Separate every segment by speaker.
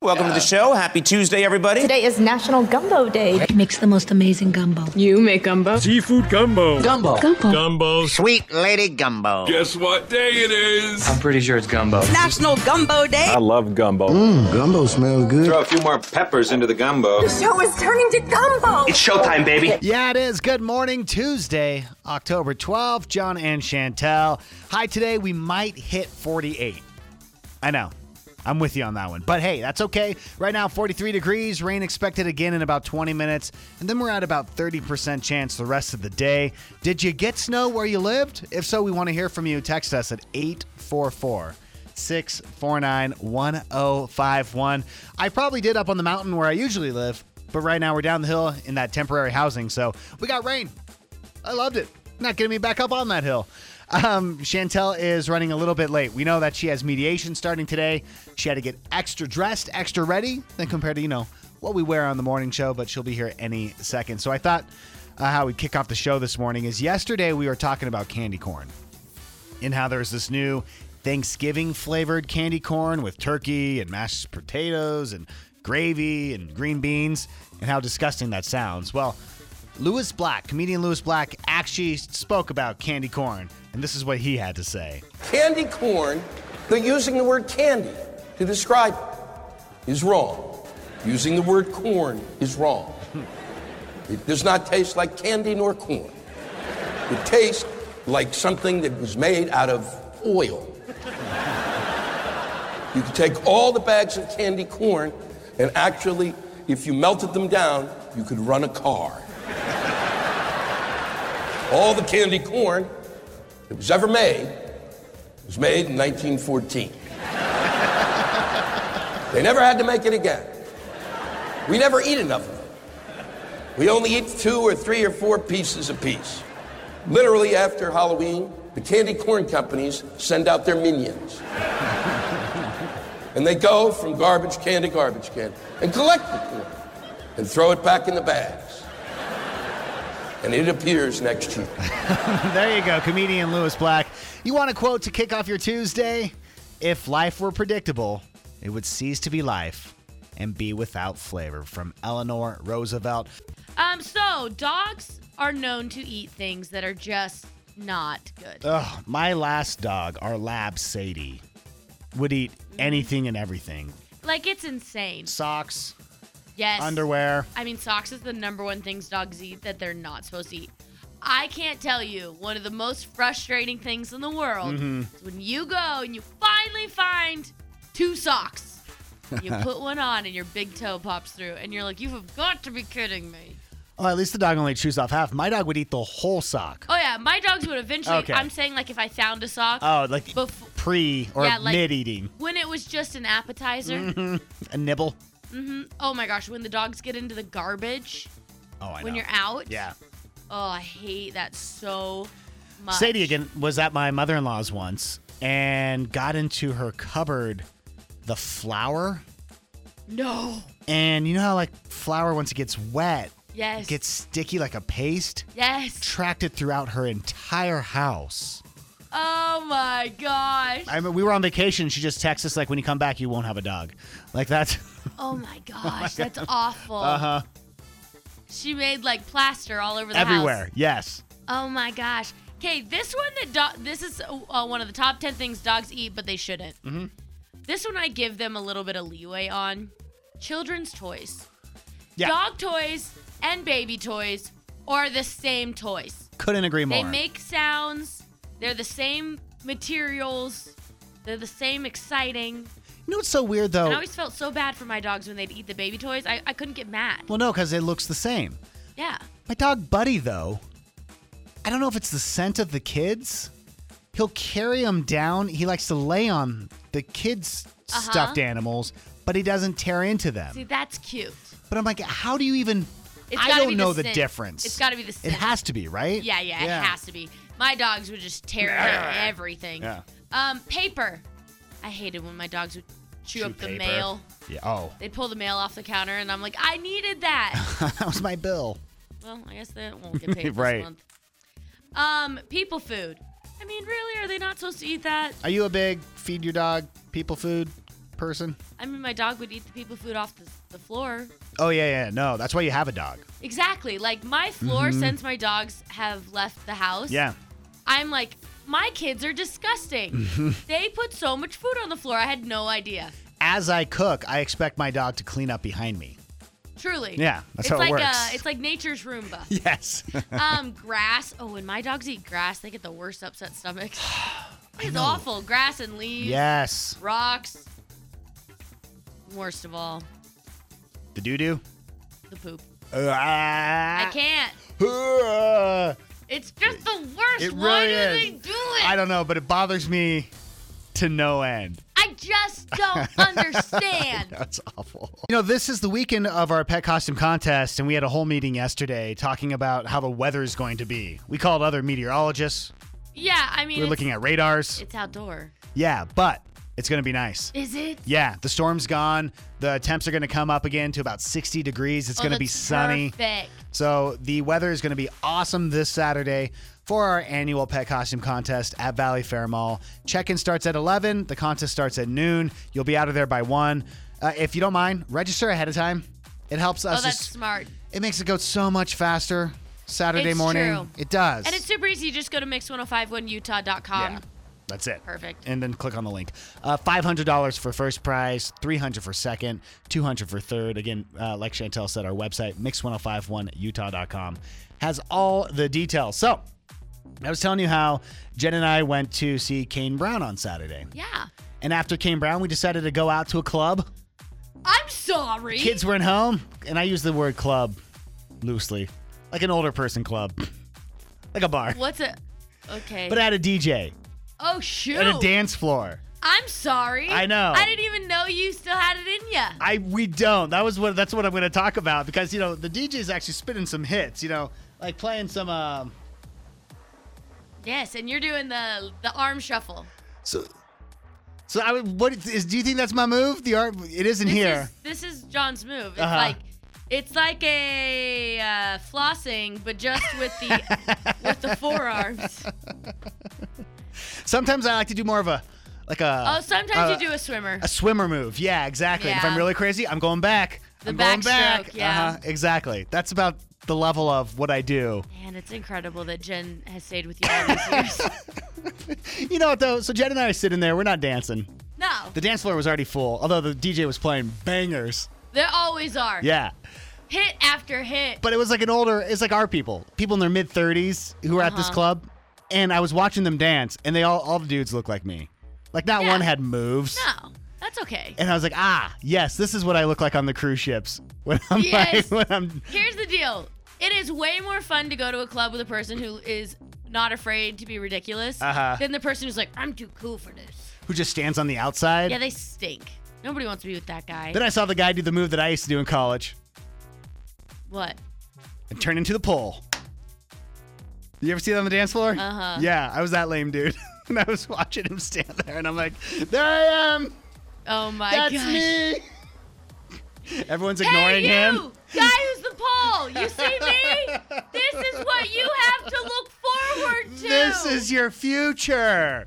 Speaker 1: Welcome to the show. Happy Tuesday, everybody.
Speaker 2: Today is National Gumbo Day.
Speaker 3: makes the most amazing gumbo.
Speaker 4: You make gumbo.
Speaker 5: Seafood gumbo. Gumbo.
Speaker 3: Gumbo.
Speaker 5: Gumbo.
Speaker 1: Sweet Lady Gumbo.
Speaker 5: Guess what day it is?
Speaker 6: I'm pretty sure it's gumbo.
Speaker 7: National Gumbo Day.
Speaker 8: I love gumbo.
Speaker 9: Gumbo smells good.
Speaker 10: Throw a few more peppers into the gumbo.
Speaker 2: The show is turning to gumbo.
Speaker 1: It's showtime, baby.
Speaker 11: Yeah, it is. Good morning, Tuesday, October 12th. John and Chantel. Hi, today we might hit 48. I know. I'm with you on that one. But hey, that's okay. Right now, 43 degrees, rain expected again in about 20 minutes, and then we're at about 30% chance the rest of the day. Did you get snow where you lived? If so, we want to hear from you. Text us at 844 649 1051. I probably did up on the mountain where I usually live, but right now we're down the hill in that temporary housing, so we got rain. I loved it. Not getting me back up on that hill. Um, Chantel is running a little bit late. We know that she has mediation starting today. She had to get extra dressed, extra ready than compared to, you know, what we wear on the morning show, but she'll be here any second. So I thought uh, how we'd kick off the show this morning is yesterday we were talking about candy corn and how there's this new Thanksgiving flavored candy corn with turkey and mashed potatoes and gravy and green beans and how disgusting that sounds. Well, Lewis Black, comedian Lewis Black, actually spoke about candy corn, and this is what he had to say.
Speaker 12: candy corn, they're using the word candy to describe it, is wrong. Using the word corn is wrong. It does not taste like candy nor corn. It tastes like something that was made out of oil. You could take all the bags of candy corn, and actually, if you melted them down, you could run a car. all the candy corn that was ever made it was made in 1914. they never had to make it again. We never eat enough of it. We only eat two or three or four pieces apiece. Literally, after Halloween, the candy corn companies send out their minions. and they go from garbage can to garbage can and collect the corn and throw it back in the bags. And it appears next year.
Speaker 11: There you go, comedian Lewis Black. You want a quote to kick off your Tuesday? If life were predictable, it would cease to be life and be without flavor. From Eleanor Roosevelt.
Speaker 13: Um, so dogs are known to eat things that are just not good.
Speaker 11: Ugh, my last dog, our lab Sadie, would eat
Speaker 13: Mm.
Speaker 11: anything and everything
Speaker 13: Like it's insane.
Speaker 11: socks,
Speaker 13: Yes.
Speaker 11: underwear.
Speaker 13: I mean, socks is the number one things dogs eat that they're not supposed to eat. I can't tell you one of the most frustrating things in the world
Speaker 11: Mm-hmm.
Speaker 13: is when you go and you finally find two socks. You put one on and your big toe pops through, and you're like, "You have got to be kidding me!"
Speaker 11: Oh, at least the dog only chews off half. My dog would eat the whole sock.
Speaker 13: Oh yeah, my dogs would eventually.
Speaker 11: Okay.
Speaker 13: I'm saying like if I found a sock,
Speaker 11: Oh, like
Speaker 13: Bef-
Speaker 11: pre or
Speaker 13: Yeah, like-
Speaker 11: mid eating.
Speaker 13: when it was just an appetizer.
Speaker 11: Mm-hmm. A nibble.
Speaker 13: Oh my gosh, when the dogs get into the garbage
Speaker 11: Oh, I
Speaker 13: when
Speaker 11: know.
Speaker 13: you're out.
Speaker 11: yeah.
Speaker 13: Oh, I hate that so much.
Speaker 11: Sadie again was at my mother in law's once and got into her cupboard the flour.
Speaker 13: No.
Speaker 11: And you know how like flour once it gets wet,
Speaker 13: Yes.
Speaker 11: it gets sticky like a paste?
Speaker 13: yes.
Speaker 11: Tracked it throughout her entire house.
Speaker 13: Oh my gosh.
Speaker 11: I mean, we were on vacation. She just texted us like, "When you come back, you won't have a dog." Like that's
Speaker 13: Oh my gosh, that's awful. Uh
Speaker 11: Uh-huh.
Speaker 13: huh. She made like plaster all over the
Speaker 11: everywhere.
Speaker 13: house.
Speaker 11: Yes.
Speaker 13: Oh my gosh. uh, Okay, this one that do- this is uh, one of the top ten things dogs eat, but they shouldn't. This one I give them a little bit of leeway on. Children's toys.
Speaker 11: Yeah.
Speaker 13: Dog toys and baby toys are the same toys.
Speaker 11: Couldn't agree more.
Speaker 13: They make sounds, they're the same materials, they're the same exciting.
Speaker 11: you know what's so weird though?
Speaker 13: And I always felt so bad for my dogs when they'd eat the baby toys. I, I couldn't get mad.
Speaker 11: well, no, because it looks the same.
Speaker 13: Yeah.
Speaker 11: My dog Buddy, though, I don't know if it's the scent of the kids. He'll carry them down. He likes to lay on the kids' stuffed animals, but he doesn't tear into them.
Speaker 13: Uh-huh. See, that's cute.
Speaker 11: but I'm like, how do you even?
Speaker 13: It's
Speaker 11: I
Speaker 13: gotta
Speaker 11: don't
Speaker 13: be
Speaker 11: know
Speaker 13: the
Speaker 11: the,
Speaker 13: scent.
Speaker 11: difference.
Speaker 13: It's gotta be the
Speaker 11: It
Speaker 13: scent.
Speaker 11: has to be, right?
Speaker 13: Yeah, yeah, it has to be. My dogs would just tear apart everything.
Speaker 11: Yeah.
Speaker 13: Um, paper. I hated when my dogs would chew, up the
Speaker 11: paper.
Speaker 13: mail.
Speaker 11: Yeah. Oh,
Speaker 13: They'd pull the mail off the counter, and I'm like, I needed that.
Speaker 11: that was my bill.
Speaker 13: well, I guess they won't get paid
Speaker 11: Right.
Speaker 13: this month. Um, people food. I mean, really, are they not supposed to eat that?
Speaker 11: Are you a big feed your dog people food person?
Speaker 13: I mean, my dog would eat the people food off the, the floor.
Speaker 11: Oh yeah, yeah. No, that's why you have a dog.
Speaker 13: Exactly. Like my floor, since my dogs have left the house.
Speaker 11: Mm-hmm. Yeah.
Speaker 13: I'm like, my kids are disgusting. they put so much food on the floor. I had no idea.
Speaker 11: As I cook, I expect my dog to clean up behind me.
Speaker 13: Truly.
Speaker 11: Yeah,
Speaker 13: it's
Speaker 11: that's how it
Speaker 13: like
Speaker 11: works.
Speaker 13: uh, it's like nature's Roomba.
Speaker 11: Yes.
Speaker 13: um, grass. Oh, when my dogs eat grass, they get the worst upset stomachs. It's awful. Grass and leaves.
Speaker 11: yes.
Speaker 13: Rocks. Worst of all,
Speaker 11: The Ah. doo doo.
Speaker 13: the poop. I
Speaker 11: I
Speaker 13: can't.
Speaker 11: can't.
Speaker 13: It's just the worst.
Speaker 11: It
Speaker 13: Why do
Speaker 11: really is.
Speaker 13: they do it?
Speaker 11: I don't know, but it bothers me to no end.
Speaker 13: I just don't understand.
Speaker 11: That's awful. You know, this is the weekend of our pet costume contest, and we had a whole meeting yesterday talking about how the weather is going to be. We called other meteorologists.
Speaker 13: Yeah, I mean,
Speaker 11: We were
Speaker 13: it's,
Speaker 11: looking at radars.
Speaker 13: it's outdoor.
Speaker 11: Yeah, but it's going to be nice.
Speaker 13: Is it?
Speaker 11: Yeah, the storm's gone. The temps are going to come up again to about 60 degrees. It's
Speaker 13: Oh,
Speaker 11: going to be
Speaker 13: that's
Speaker 11: sunny.
Speaker 13: Perfect.
Speaker 11: So the weather is going to be awesome this Saturday for our annual pet costume contest at Valley Fair Mall. Check-in starts at 11. The contest starts at noon. You'll be out of there by one. Uh, if you don't mind, register ahead of time. It helps us.
Speaker 13: Oh, that's
Speaker 11: just-
Speaker 13: smart.
Speaker 11: It makes it go so much faster. Saturday
Speaker 13: It's
Speaker 11: morning,
Speaker 13: true.
Speaker 11: it does.
Speaker 13: And it's super easy. Just go to mix1051utah.com.
Speaker 11: Yeah. That's it.
Speaker 13: Um, Perfect.
Speaker 11: And then click on the link. Uh, $500 for first prize, 300 for second, 200 for third. Again, uh, like Chantel said, our website, mix1051utah.com, has all the details. So I was telling you how Jen and I went to see Kane Brown on Saturday.
Speaker 13: Yeah.
Speaker 11: And after Kane Brown, we decided to go out to a club.
Speaker 13: I'm sorry.
Speaker 11: Kids weren't home. And I use the word club loosely, like an older person club, like a bar.
Speaker 13: What's it? Okay.
Speaker 11: But I had a DJ
Speaker 13: oh, shoot.
Speaker 11: and a dance floor.
Speaker 13: I'm sorry.
Speaker 11: I know.
Speaker 13: I didn't even know you still had it in ya.
Speaker 11: I we don't. That was what that's what I'm going to talk about because you know the DJ's actually spitting some hits. You know, like playing some. Um,
Speaker 13: Yes, and you're doing the the arm shuffle.
Speaker 11: so, so I would. What is? Do you think that's my move? The art. It is in
Speaker 13: This
Speaker 11: here.
Speaker 13: is- this is John's move. It's
Speaker 11: Uh-huh.
Speaker 13: like it's like a uh, flossing, but just with the with the forearms.
Speaker 11: Uh, Sometimes I like to do more of a, like a.
Speaker 13: Oh, sometimes
Speaker 11: uh,
Speaker 13: you do a swimmer.
Speaker 11: a swimmer move. Yeah, exactly. If I'm
Speaker 13: Yeah.
Speaker 11: really crazy, I'm going back.
Speaker 13: The
Speaker 11: I'm going
Speaker 13: backstroke,
Speaker 11: back.
Speaker 13: yeah.
Speaker 11: Uh-huh, exactly. That's about the level of what I do.
Speaker 13: Man, it's incredible that Jen has stayed with you all these years.
Speaker 11: You know what though? So Jen and I are sitting there. We're not dancing.
Speaker 13: No,
Speaker 11: The dance floor was already full, although the DJ was playing bangers.
Speaker 13: there always are.
Speaker 11: Yeah.
Speaker 13: Hit after hit.
Speaker 11: but it was like an older it's like our people people in their mid 30s who were at
Speaker 13: Uh-huh.
Speaker 11: this club and i was watching them dance and they all all the dudes look like me like not
Speaker 13: Yeah.
Speaker 11: one had moves
Speaker 13: No, that's okay.
Speaker 11: and i was like ah yes this is what i look like on the cruise ships when i'm
Speaker 13: Yes.
Speaker 11: like when i'm
Speaker 13: Here's the deal. It is way more fun to go to a club with a person who is not afraid to be ridiculous
Speaker 11: Uh-huh.
Speaker 13: than the person who's like, I'm too cool for this.
Speaker 11: who just stands on the outside
Speaker 13: Yeah, they stink. Nobody wants to be with that guy.
Speaker 11: then i saw the guy do the move that i used to do in college
Speaker 13: what?
Speaker 11: and turn into the pole you ever see that on the dance floor
Speaker 13: Uh-huh.
Speaker 11: yeah i was that lame dude and i was watching him stand there and i'm like there i am
Speaker 13: Oh my
Speaker 11: that's
Speaker 13: gosh.
Speaker 11: me everyone's
Speaker 13: Hey,
Speaker 11: ignoring
Speaker 13: you!
Speaker 11: him
Speaker 13: Guy who's the pole! You see me? this is what you have to look forward to!
Speaker 11: This is your future.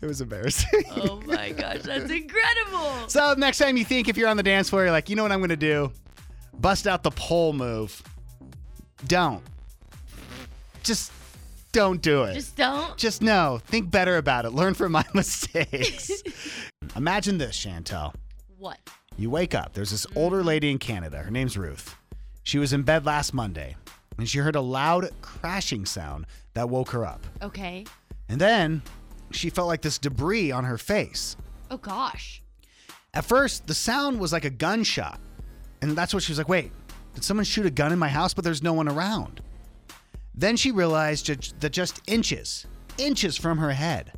Speaker 11: it was embarrassing.
Speaker 13: Oh my gosh, that's incredible!
Speaker 11: So next time you think if you're on the dance floor, you're like, you know what I'm gonna do? Bust out the pole move. Don't. Just don't do it.
Speaker 13: Just don't.
Speaker 11: Just no. Think better about it. Learn from my mistakes. Imagine this, Chantel.
Speaker 13: What?
Speaker 11: You wake up. There's this older lady in Canada. Her name's Ruth. She was in bed last Monday and she heard a loud crashing sound that woke her up.
Speaker 13: Okay.
Speaker 11: And then she felt like this debris on her face.
Speaker 13: Oh gosh.
Speaker 11: At first, the sound was like a gunshot. And that's what she was like, wait, did someone shoot a gun in my house, but there's no one around? Then she realized ju- that just inches, inches from her head,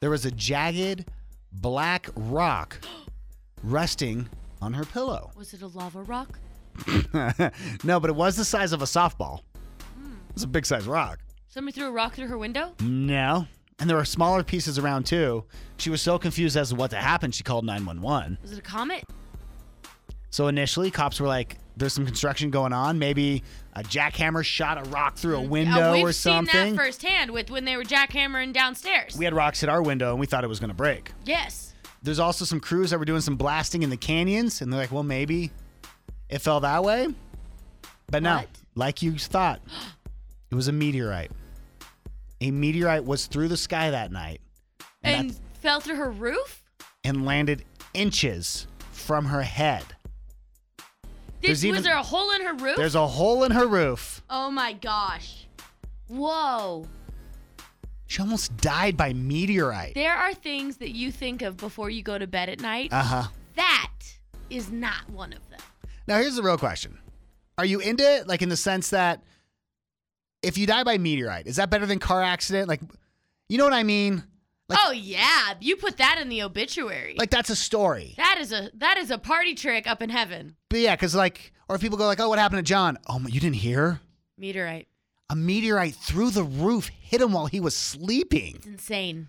Speaker 11: there was a jagged black rock resting on her pillow.
Speaker 13: Was it a lava rock?
Speaker 11: no, but it was the size of a softball. It's a big size rock.
Speaker 13: Somebody threw a rock through her window?
Speaker 11: No. And there were smaller pieces around too. She was so confused as to what had happened, she called 911.
Speaker 13: Was it a comet?
Speaker 11: So initially, cops were like, "There's some construction going on. Maybe a jackhammer shot a rock through a
Speaker 13: Uh,
Speaker 11: window
Speaker 13: we've
Speaker 11: or
Speaker 13: seen
Speaker 11: something."
Speaker 13: that firsthand with when they were jackhammering downstairs.
Speaker 11: we had rocks hit our window, and we thought it was going to break.
Speaker 13: yes.
Speaker 11: There's also some crews that were doing some blasting in the canyons, and they're like, "Well, maybe it fell that way," but no,
Speaker 13: What?
Speaker 11: like you thought, it was a meteorite. A meteorite was through the sky that night
Speaker 13: And fell through her roof?
Speaker 11: and landed inches from her head.
Speaker 13: Did,
Speaker 11: There's
Speaker 13: was
Speaker 11: even-
Speaker 13: there a hole in her roof?
Speaker 11: There's a hole in her roof.
Speaker 13: oh my gosh. Whoa.
Speaker 11: She almost died by meteorite.
Speaker 13: There are things that you think of before you go to bed at night.
Speaker 11: Uh huh.
Speaker 13: that is not one of them.
Speaker 11: Now, here's the real question Are you into it? Like, in the sense that if you die by meteorite, is that better than car accident? Like, you know what I mean? Like-
Speaker 13: oh yeah, you put that in the obituary.
Speaker 11: Like, that's a story.
Speaker 13: that is a that is a party trick up in heaven.
Speaker 11: But yeah, because, like, or if people go, like, oh, what happened to John? Oh, my- you didn't hear?
Speaker 13: Meteorite.
Speaker 11: A meteorite through the roof hit him while he was sleeping.
Speaker 13: It's insane.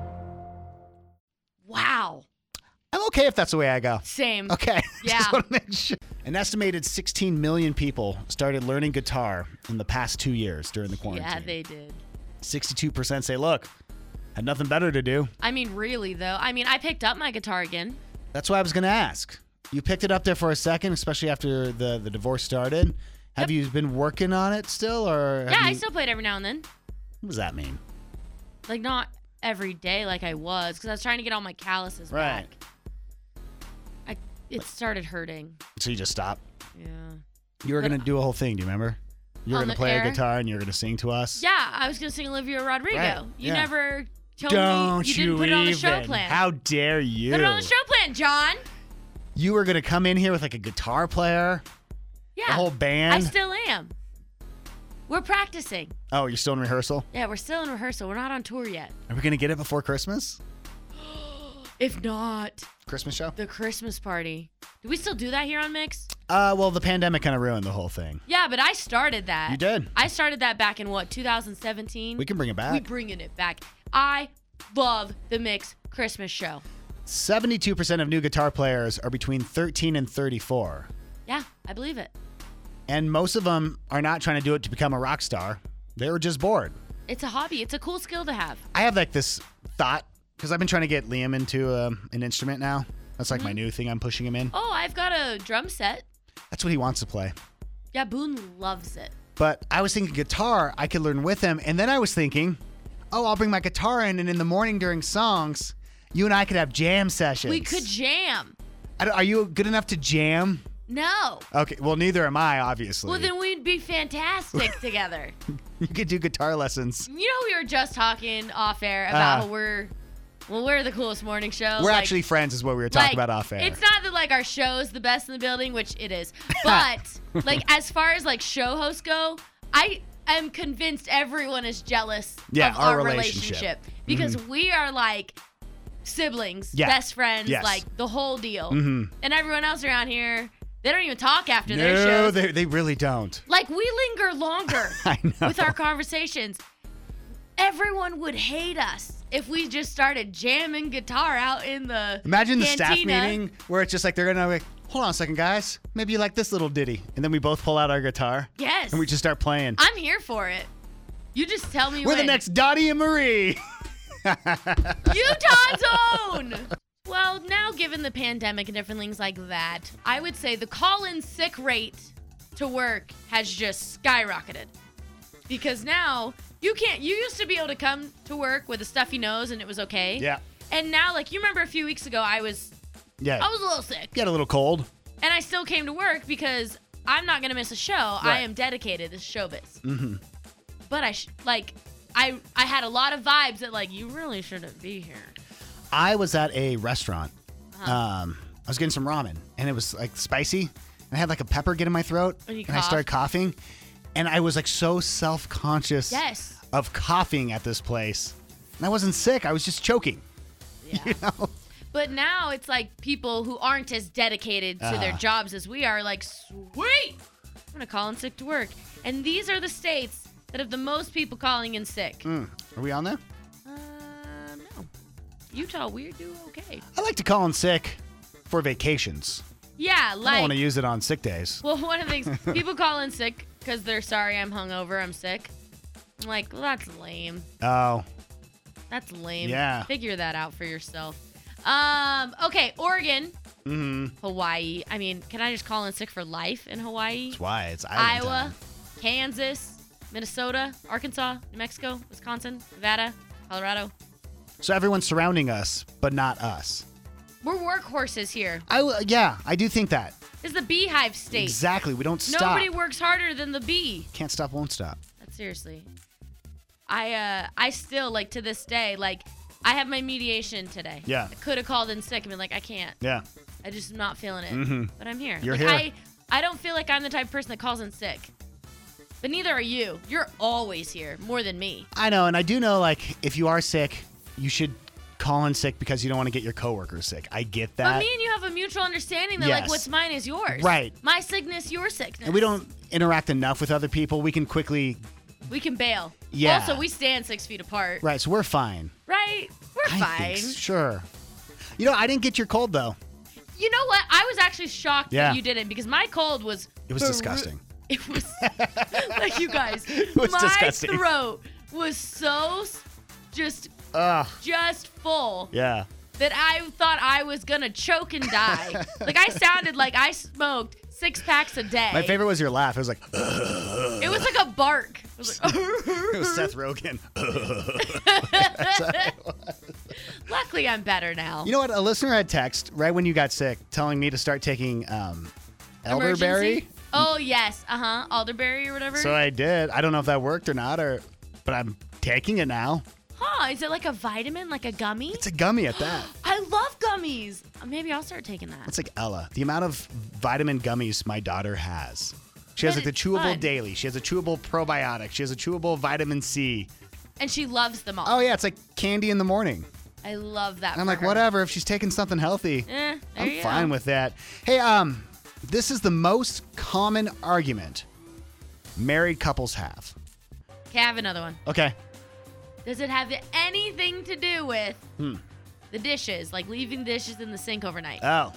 Speaker 13: Wow.
Speaker 11: I'm okay if that's the way I go.
Speaker 13: Same.
Speaker 11: Okay.
Speaker 13: Yeah.
Speaker 11: Just wanna make sure. An estimated 16 million people started learning guitar in the past two years during the quarantine.
Speaker 13: Yeah, they did.
Speaker 11: 62% say, look, had nothing better to do.
Speaker 13: I mean, really though. I mean, I picked up my guitar again.
Speaker 11: That's why I was going to ask. You picked it up there for a second, especially after the, the divorce started. Have you been working on it still, or have
Speaker 13: yeah, I
Speaker 11: you-
Speaker 13: still play it every now and then.
Speaker 11: What does that mean?
Speaker 13: Like not every day like I was because I was trying to get all my calluses
Speaker 11: Right.
Speaker 13: back. I it started hurting.
Speaker 11: So you just stop.
Speaker 13: Yeah.
Speaker 11: You were
Speaker 13: But-
Speaker 11: going to do a whole thing. Do you remember? You were
Speaker 13: On
Speaker 11: going to
Speaker 13: the
Speaker 11: play
Speaker 13: air?
Speaker 11: a guitar and you were going to sing to us.
Speaker 13: Yeah, I was gonna sing Olivia Rodrigo.
Speaker 11: Right,
Speaker 13: You
Speaker 11: yeah.
Speaker 13: never told
Speaker 11: Don't
Speaker 13: me you didn't put it on the show
Speaker 11: even.
Speaker 13: plan.
Speaker 11: How dare you?
Speaker 13: Put it on the show plan, John.
Speaker 11: You were going to come in here with like a guitar player.
Speaker 13: Yeah.
Speaker 11: whole band?
Speaker 13: I still am. We're practicing.
Speaker 11: Oh, you're still in rehearsal?
Speaker 13: Yeah, we're still in rehearsal. We're not on tour yet.
Speaker 11: Are we going to get it before Christmas?
Speaker 13: If not,
Speaker 11: Christmas show?
Speaker 13: the Christmas party. Do we still do that here on Mix?
Speaker 11: Uh, well, the pandemic kind of ruined the whole thing.
Speaker 13: Yeah, but I started that.
Speaker 11: You did.
Speaker 13: I started that back in what, 2017?
Speaker 11: We can bring it
Speaker 13: We
Speaker 11: back.
Speaker 13: bringing it back. I love the Mix Christmas show.
Speaker 11: 72% of new guitar players are between 13 and 34.
Speaker 13: Yeah, I believe it.
Speaker 11: And most of them are not trying to do it to become a rock star. They were just bored.
Speaker 13: It's a hobby. It's a cool skill to have.
Speaker 11: I have like this thought because I've been trying to get Liam into um, an instrument now. That's like
Speaker 13: Mm-hmm.
Speaker 11: my new thing I'm pushing him in.
Speaker 13: Oh, I've got a drum set.
Speaker 11: That's what he wants to play.
Speaker 13: Yeah, Boone loves it.
Speaker 11: But I was thinking guitar, I could learn with him. And then I was thinking, oh, I'll bring my guitar in and in the morning during songs, you and I could have jam sessions.
Speaker 13: We could jam.
Speaker 11: I don't- Are you good enough to jam?
Speaker 13: No.
Speaker 11: Okay, well, neither am I, obviously.
Speaker 13: Well, then we'd be fantastic together.
Speaker 11: you could do guitar lessons.
Speaker 13: You know, we were just talking off air about
Speaker 11: Ah.
Speaker 13: how we're, well, we're the coolest morning show.
Speaker 11: We're
Speaker 13: like-
Speaker 11: actually friends, is what we were talking
Speaker 13: like,
Speaker 11: about off air.
Speaker 13: It's not that like our show's the best in the building, which it is, but like as far as like show hosts go, I am convinced everyone is jealous
Speaker 11: Yeah,
Speaker 13: of
Speaker 11: our
Speaker 13: our,
Speaker 11: relationship. Mm-hmm.
Speaker 13: relationship. because we are like siblings,
Speaker 11: Yeah.
Speaker 13: best friends,
Speaker 11: Yes.
Speaker 13: like the whole deal.
Speaker 11: Mhm.
Speaker 13: And everyone else around here, they don't even talk after their
Speaker 11: no,
Speaker 13: shows.
Speaker 11: they, they really don't.
Speaker 13: Like we linger longer
Speaker 11: I know.
Speaker 13: with our conversations. Everyone would hate us if we just started jamming guitar out in the
Speaker 11: Imagine the staff
Speaker 13: cantina.
Speaker 11: meeting where it's just like they're gonna be like, hold on a second, guys. Maybe you like this little ditty, and then we both pull out our guitar.
Speaker 13: Yes.
Speaker 11: And we just start playing.
Speaker 13: I'm here for it. You just tell me
Speaker 11: We're the
Speaker 13: when.
Speaker 11: next Dottie and Marie.
Speaker 13: Utah zone. well, now given the pandemic and different things like that, I would say the call-in sick rate to work has just skyrocketed because now you can't. You used to be able to come to work with a stuffy nose and it was okay.
Speaker 11: yeah.
Speaker 13: And now, like you remember a few weeks ago, I was
Speaker 11: Yeah.
Speaker 13: I was a little sick.
Speaker 11: Get a little cold.
Speaker 13: and I still came to work because I'm not gonna miss a show. I
Speaker 11: Right.
Speaker 13: am dedicated to showbiz.
Speaker 11: Mm-hmm.
Speaker 13: but I sh- like I I had a lot of vibes that like you really shouldn't be here.
Speaker 11: I was at a restaurant. Um, I was getting some ramen, and it was like spicy, and I had like a pepper get in my throat,
Speaker 13: And Oh, you
Speaker 11: I
Speaker 13: coughed.
Speaker 11: started coughing, and I was like so self conscious
Speaker 13: Yes.
Speaker 11: of coughing at this place, and I wasn't sick. I was just choking.
Speaker 13: But now it's like people who aren't as dedicated to their
Speaker 11: Ah.
Speaker 13: jobs as we are like sweet. I'm gonna call in sick to work, and these are the states that have the most people calling in sick.
Speaker 11: Mm. Are we on there?
Speaker 13: Uh, no, Utah, we're do okay.
Speaker 11: I like to call in sick for vacations.
Speaker 13: Yeah,
Speaker 11: I don't want
Speaker 13: like
Speaker 11: to use it on sick days.
Speaker 13: well, one of the things people call in sick because they're sorry I'm hungover, I'm sick. I'm like, well, that's lame.
Speaker 11: Oh,
Speaker 13: That's lame.
Speaker 11: Yeah.
Speaker 13: Figure that out for yourself. Um, okay, Oregon,
Speaker 11: mm-hmm.
Speaker 13: Hawaii. I mean, can I just call in sick for life in Hawaii?
Speaker 11: that's why it's island
Speaker 13: Iowa,
Speaker 11: time.
Speaker 13: Kansas, Minnesota, Arkansas, New Mexico, Wisconsin, Nevada, Colorado.
Speaker 11: So everyone's surrounding us, but not us.
Speaker 13: We're workhorses here.
Speaker 11: I w- yeah, I do think that
Speaker 13: This is the beehive state.
Speaker 11: exactly. We don't stop.
Speaker 13: Nobody works harder than the bee.
Speaker 11: Can't stop, won't stop.
Speaker 13: That's seriously. I uh I still like to this day, like I have my mediation today.
Speaker 11: Yeah.
Speaker 13: I could have called in sick and been like, I can't.
Speaker 11: Yeah.
Speaker 13: I just am not feeling it.
Speaker 11: Mhm.
Speaker 13: But I'm here.
Speaker 11: You're
Speaker 13: like,
Speaker 11: here.
Speaker 13: I, I don't feel like I'm the type of person that calls in sick. But neither are you. You're always here, more than me.
Speaker 11: I know, and I do know. Like, if you are sick, you should call in sick because you don't want to get your coworkers sick. I get
Speaker 13: but
Speaker 11: that,
Speaker 13: me and you have a mutual understanding that
Speaker 11: Yes.
Speaker 13: like what's mine is yours.
Speaker 11: Right.
Speaker 13: My sickness, your sickness.
Speaker 11: and we don't interact enough with other people. We can quickly,
Speaker 13: we can bail.
Speaker 11: Yeah.
Speaker 13: Also, we stand six feet apart.
Speaker 11: right? So we're fine.
Speaker 13: Right? We're
Speaker 11: I
Speaker 13: fine.
Speaker 11: think s- sure. You know, I didn't get your cold though.
Speaker 13: You know what? I was actually shocked
Speaker 11: Yeah.
Speaker 13: that you didn't because my cold was
Speaker 11: It was
Speaker 13: bru-
Speaker 11: disgusting.
Speaker 13: It was like you guys.
Speaker 11: was
Speaker 13: my
Speaker 11: disgusting.
Speaker 13: throat was so s- just
Speaker 11: Ugh.
Speaker 13: just full.
Speaker 11: Yeah.
Speaker 13: that I thought I was gonna choke and die. like I sounded like I smoked six packs a day.
Speaker 11: My favorite was your laugh. It was like
Speaker 13: It was like a bark. It was like,
Speaker 11: it was Seth Rogen.
Speaker 13: Luckily, I'm better now.
Speaker 11: You know what? A listener had text right when you got sick, telling me to start taking um,
Speaker 13: Emergency?
Speaker 11: elderberry.
Speaker 13: Oh yes, uh huh, elderberry or whatever.
Speaker 11: So I did. I don't know if that worked or not, or but I'm taking it now.
Speaker 13: huh? Is it like a vitamin, like a gummy?
Speaker 11: It's a gummy at that.
Speaker 13: I love gummies. Maybe I'll start taking that.
Speaker 11: It's like Ella. The amount of vitamin gummies my daughter has. She has
Speaker 13: But
Speaker 11: like the
Speaker 13: it's
Speaker 11: chewable
Speaker 13: fun.
Speaker 11: daily. She has a chewable probiotic. She has a chewable vitamin C.
Speaker 13: And she loves them all.
Speaker 11: Oh yeah, it's like candy in the morning.
Speaker 13: I love that.
Speaker 11: I'm
Speaker 13: for
Speaker 11: like,
Speaker 13: her.
Speaker 11: whatever. If she's taking something healthy,
Speaker 13: Eh, there
Speaker 11: I'm
Speaker 13: you
Speaker 11: fine
Speaker 13: go.
Speaker 11: with that. Hey, um, this is the most common argument married couples have.
Speaker 13: Okay, I have another one.
Speaker 11: Okay.
Speaker 13: Does it have anything to do with
Speaker 11: Hmm.
Speaker 13: the dishes, like leaving dishes in the sink overnight?
Speaker 11: Oh.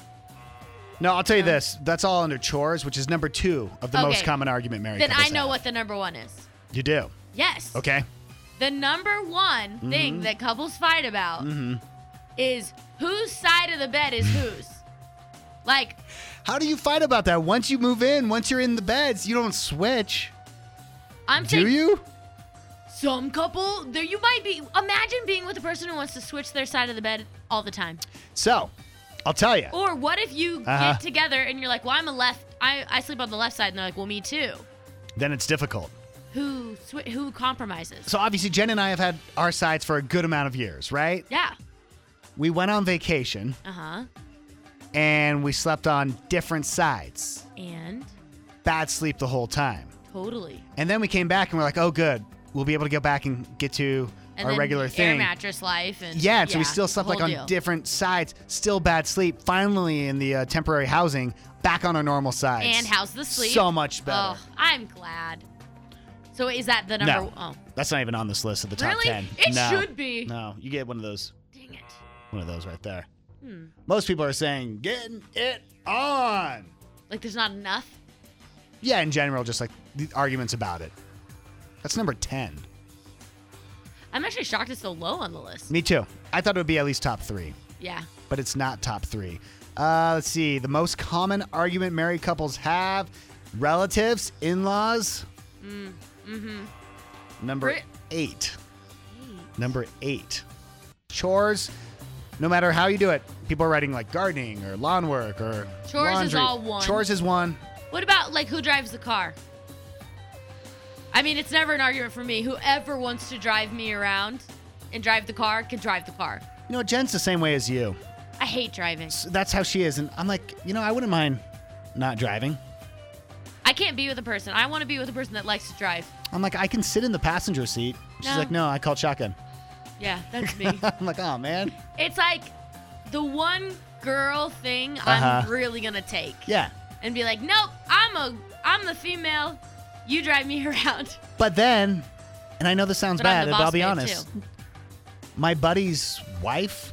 Speaker 11: No, I'll tell you this. That's all under chores, which is number two of the most
Speaker 13: Okay.
Speaker 11: common argument married
Speaker 13: then I
Speaker 11: couples
Speaker 13: know
Speaker 11: have.
Speaker 13: what the number one is.
Speaker 11: you do.
Speaker 13: Yes.
Speaker 11: Okay. Mm-hmm.
Speaker 13: The number one thing that couples fight about is whose side of the bed is whose. like,
Speaker 11: How do you fight about that? Once you move in, once you're in the beds, you don't switch.
Speaker 13: I'm
Speaker 11: Do
Speaker 13: saying
Speaker 11: you?
Speaker 13: some couple there you might be imagine being with a person who wants to switch their side of the bed all the time.
Speaker 11: So, I'll tell you.
Speaker 13: Or what if you
Speaker 11: Uh-huh.
Speaker 13: get together and you're like, well, I'm a left, I, I sleep on the left side, and they're like, well, me too.
Speaker 11: Then it's difficult.
Speaker 13: Who swi who compromises?
Speaker 11: So obviously, Jen and I have had our sides for a good amount of years, right?
Speaker 13: Yeah.
Speaker 11: We went on vacation
Speaker 13: Uh huh.
Speaker 11: and we slept on different sides.
Speaker 13: And
Speaker 11: Bad sleep the whole time.
Speaker 13: totally.
Speaker 11: And then we came back and we're like, oh, good. We'll be able to go back and get to
Speaker 13: And
Speaker 11: our
Speaker 13: then
Speaker 11: regular
Speaker 13: air
Speaker 11: thing.
Speaker 13: mattress life and
Speaker 11: Yeah, and so we still
Speaker 13: the
Speaker 11: slept like
Speaker 13: whole
Speaker 11: on
Speaker 13: deal.
Speaker 11: different sides. Still bad sleep. Finally, in the uh, temporary housing, back on our normal sides.
Speaker 13: And how's the sleep?
Speaker 11: So much better.
Speaker 13: Oh, I'm glad. So is that the number?
Speaker 11: no,
Speaker 13: Oh,
Speaker 11: that's not even on this list of the top
Speaker 13: Really?
Speaker 11: ten.
Speaker 13: It
Speaker 11: No.
Speaker 13: should be.
Speaker 11: No, you get one of those.
Speaker 13: dang it.
Speaker 11: One of those right there.
Speaker 13: Hmm.
Speaker 11: Most people are saying getting it on.
Speaker 13: Like there's not enough.
Speaker 11: Yeah, in general, just like the arguments about it. That's number ten.
Speaker 13: I'm actually shocked it's so low on the list.
Speaker 11: Me too. I thought it would be at least top three.
Speaker 13: Yeah.
Speaker 11: but it's not top three. Uh, let's see. The most common argument married couples have relatives, in laws.
Speaker 13: Mm. Mm-hmm.
Speaker 11: Number
Speaker 13: Brit-
Speaker 11: eight. Number eight. Chores. No matter how you do it, people are writing like gardening or lawn work or
Speaker 13: Chores is
Speaker 11: laundry.
Speaker 13: all one.
Speaker 11: Chores is one.
Speaker 13: What about like who drives the car? I mean, it's never an argument for me. Whoever wants to drive me around and drive the car can drive the car.
Speaker 11: You know, Jen's the same way as you.
Speaker 13: I hate driving.
Speaker 11: So that's how she is, and I'm like, you know, I wouldn't mind not driving.
Speaker 13: I can't be with a person. I want to be with a person that likes to drive.
Speaker 11: I'm like, I can sit in the passenger seat. She's
Speaker 13: No.
Speaker 11: like, no, I call shotgun.
Speaker 13: Yeah, that's me.
Speaker 11: I'm like, oh man,
Speaker 13: it's like the one girl thing
Speaker 11: Uh-huh.
Speaker 13: I'm really gonna take
Speaker 11: yeah.
Speaker 13: and be like, nope, I'm a, I'm the female. You drive me around.
Speaker 11: But then, and I know this sounds
Speaker 13: But I'm
Speaker 11: bad,
Speaker 13: the
Speaker 11: but
Speaker 13: boss
Speaker 11: I'll be
Speaker 13: man,
Speaker 11: honest.
Speaker 13: too.
Speaker 11: My buddy's wife,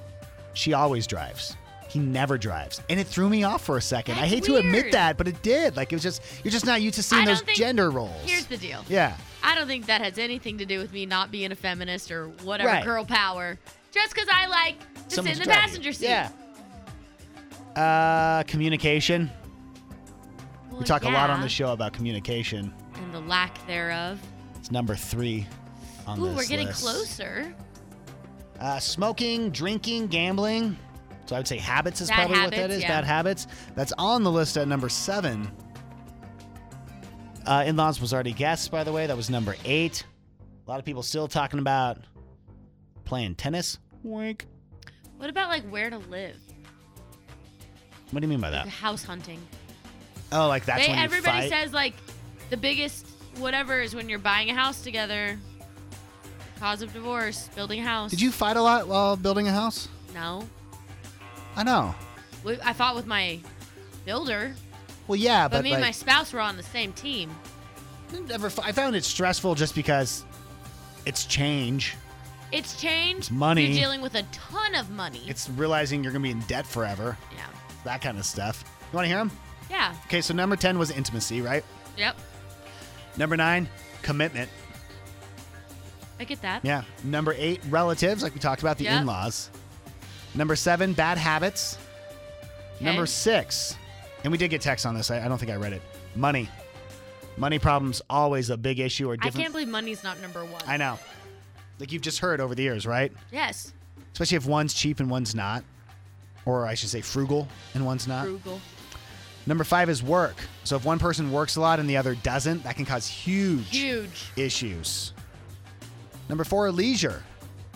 Speaker 11: she always drives. He never drives. And it threw me off for a second. I
Speaker 13: That's
Speaker 11: hate to admit
Speaker 13: weird.
Speaker 11: that, but it did. Like, it was just, you're just not used to seeing
Speaker 13: I don't
Speaker 11: those
Speaker 13: think-
Speaker 11: gender roles.
Speaker 13: Here's the deal.
Speaker 11: yeah.
Speaker 13: I don't think that has anything to do with me not being a feminist or whatever
Speaker 11: Right.
Speaker 13: girl power. Just because I like to sit in
Speaker 11: Someone to
Speaker 13: the
Speaker 11: drive you.
Speaker 13: passenger seat.
Speaker 11: Yeah. Uh, communication.
Speaker 13: Well,
Speaker 11: We talk a lot on
Speaker 13: yeah,
Speaker 11: the show about communication.
Speaker 13: And the lack thereof.
Speaker 11: It's number three on
Speaker 13: Ooh,
Speaker 11: this
Speaker 13: we're getting
Speaker 11: list.
Speaker 13: closer.
Speaker 11: Uh, smoking, drinking, gambling. So I would say habits is
Speaker 13: Bad
Speaker 11: probably what that
Speaker 13: habits,
Speaker 11: is.
Speaker 13: yeah.
Speaker 11: Bad habits. That's on the list at number seven. Uh, In laws was already guessed, by the way. That was number eight. A lot of people still talking about playing tennis. Wink.
Speaker 13: What about like where to live?
Speaker 11: What do you mean by
Speaker 13: The
Speaker 11: that?
Speaker 13: house hunting.
Speaker 11: Oh, like that's
Speaker 13: they,
Speaker 11: when you
Speaker 13: everybody
Speaker 11: fight.
Speaker 13: says like the biggest whatever is when you're buying a house together. Cause of divorce, building a house.
Speaker 11: Did you fight a lot while building a house?
Speaker 13: No.
Speaker 11: I know.
Speaker 13: We- I fought with my builder,
Speaker 11: Well, yeah,
Speaker 13: but,
Speaker 11: but,
Speaker 13: me
Speaker 11: like,
Speaker 13: and my spouse were on the same team.
Speaker 11: didn't ever fi- I found it stressful just because it's change.
Speaker 13: It's changed.
Speaker 11: It's money.
Speaker 13: You're dealing with a ton of money.
Speaker 11: It's realizing you're gonna be in debt forever.
Speaker 13: yeah.
Speaker 11: That kind of stuff. You want to hear them?
Speaker 13: Yeah.
Speaker 11: Okay, so number 10 was intimacy, right?
Speaker 13: Yep.
Speaker 11: Number 9, commitment.
Speaker 13: I get that.
Speaker 11: Yeah. Number 8, relatives, like we talked about, the
Speaker 13: Yep.
Speaker 11: in laws. Number 7, bad habits. Number
Speaker 13: Okay.
Speaker 11: 6, and we did get text on this, I, I don't think I read it. Money. Money problems always a big issue or
Speaker 13: I
Speaker 11: different.
Speaker 13: can't believe money's not number one.
Speaker 11: I know. Like you've just heard over the years, right?
Speaker 13: yes.
Speaker 11: Especially if one's cheap and one's not. Or I should say frugal and one's not.
Speaker 13: Frugal.
Speaker 11: Number 5 is work. So if one person works a lot and the other doesn't, that can cause
Speaker 13: Huge.
Speaker 11: issues. Number four, leisure.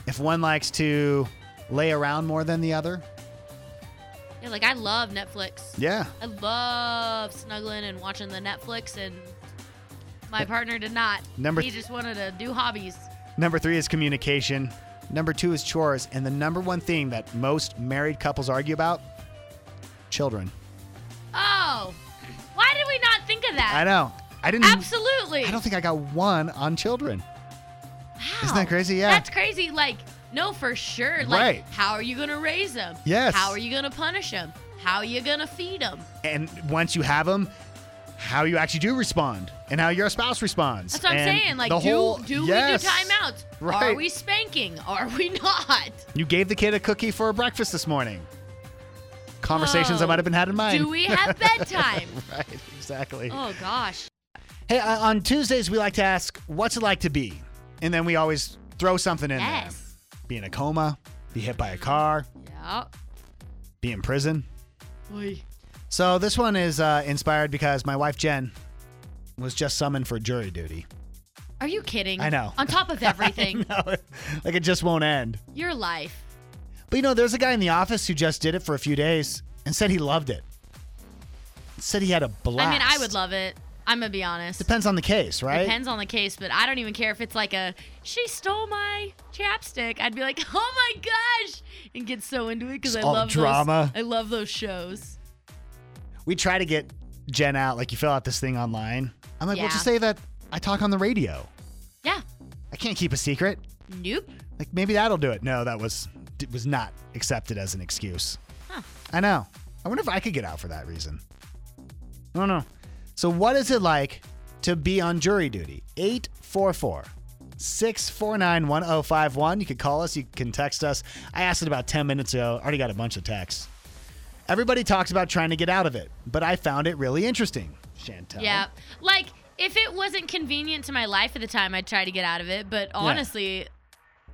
Speaker 11: If one likes to lay around more than the other,
Speaker 13: Yeah, like I love Netflix.
Speaker 11: yeah,
Speaker 13: I love snuggling and watching the Netflix, and my partner did not.
Speaker 11: Number
Speaker 13: he
Speaker 11: th-
Speaker 13: just wanted to do hobbies.
Speaker 11: Number three is communication. Number two is chores. And the number one thing that most married couples argue about children.
Speaker 13: Oh, why did we not think of
Speaker 11: I
Speaker 13: that?
Speaker 11: know. I didn't.
Speaker 13: Absolutely.
Speaker 11: I don't think I got one on children.
Speaker 13: Wow.
Speaker 11: Isn't that crazy? Yeah.
Speaker 13: That's crazy. Like, no, for sure. Like,
Speaker 11: Right.
Speaker 13: how are you gonna raise them?
Speaker 11: Yes.
Speaker 13: How are you gonna punish them? How are you gonna feed them?
Speaker 11: And once you have them, how you actually do respond and how your spouse responds.
Speaker 13: That's what I'm
Speaker 11: And
Speaker 13: saying. Like,
Speaker 11: the
Speaker 13: do
Speaker 11: whole-
Speaker 13: do
Speaker 11: yes.
Speaker 13: we do timeouts? Are
Speaker 11: Right.
Speaker 13: we spanking? Are we not?
Speaker 11: You gave the kid a cookie for breakfast this morning. Conversations I
Speaker 13: Oh,
Speaker 11: might have been had in mind.
Speaker 13: Do we have bedtime?
Speaker 11: right, exactly.
Speaker 13: oh gosh.
Speaker 11: Hey, uh, on Tuesdays we like to ask, "What's it like to be?" And then we always uh, throw something in
Speaker 13: Yes.
Speaker 11: there. Be in a coma, be hit by a car,
Speaker 13: Yeah.
Speaker 11: be in prison.
Speaker 13: Oy.
Speaker 11: So this one is uh, inspired because my wife Jen was just summoned for jury duty.
Speaker 13: Are you kidding?
Speaker 11: I know.
Speaker 13: On top of everything,
Speaker 11: Like it just won't end.
Speaker 13: your life.
Speaker 11: But you know, there's a guy in the office who just did it for a few days and said he loved it. Said he had a blast.
Speaker 13: I mean, I would love it. I'm gonna be honest.
Speaker 11: Depends on the case, right?
Speaker 13: Depends on the case, but I don't even care if it's like a she stole my chapstick. I'd be like, oh my gosh, and get so into it because I
Speaker 11: All
Speaker 13: love
Speaker 11: drama.
Speaker 13: Those, I love those shows.
Speaker 11: We try to get Jen out. Like you fill out this thing online. I'm like,
Speaker 13: Yeah.
Speaker 11: well, just say that I talk on the radio.
Speaker 13: Yeah.
Speaker 11: I can't keep a secret.
Speaker 13: Nope.
Speaker 11: Like maybe that'll do it. No, that was it was not accepted as an excuse. I know. I wonder if I could get out for that reason. I don't know. So what is it like to be on jury duty? 844 649 1051. You could call us, you can text us. I asked it about 10 minutes ago. I already got a bunch of texts. Everybody talks about trying to get out of it, but I found it really interesting. Chantel.
Speaker 13: Yeah. Like if it wasn't convenient to my life at the time, I'd try to get out of it. But honestly,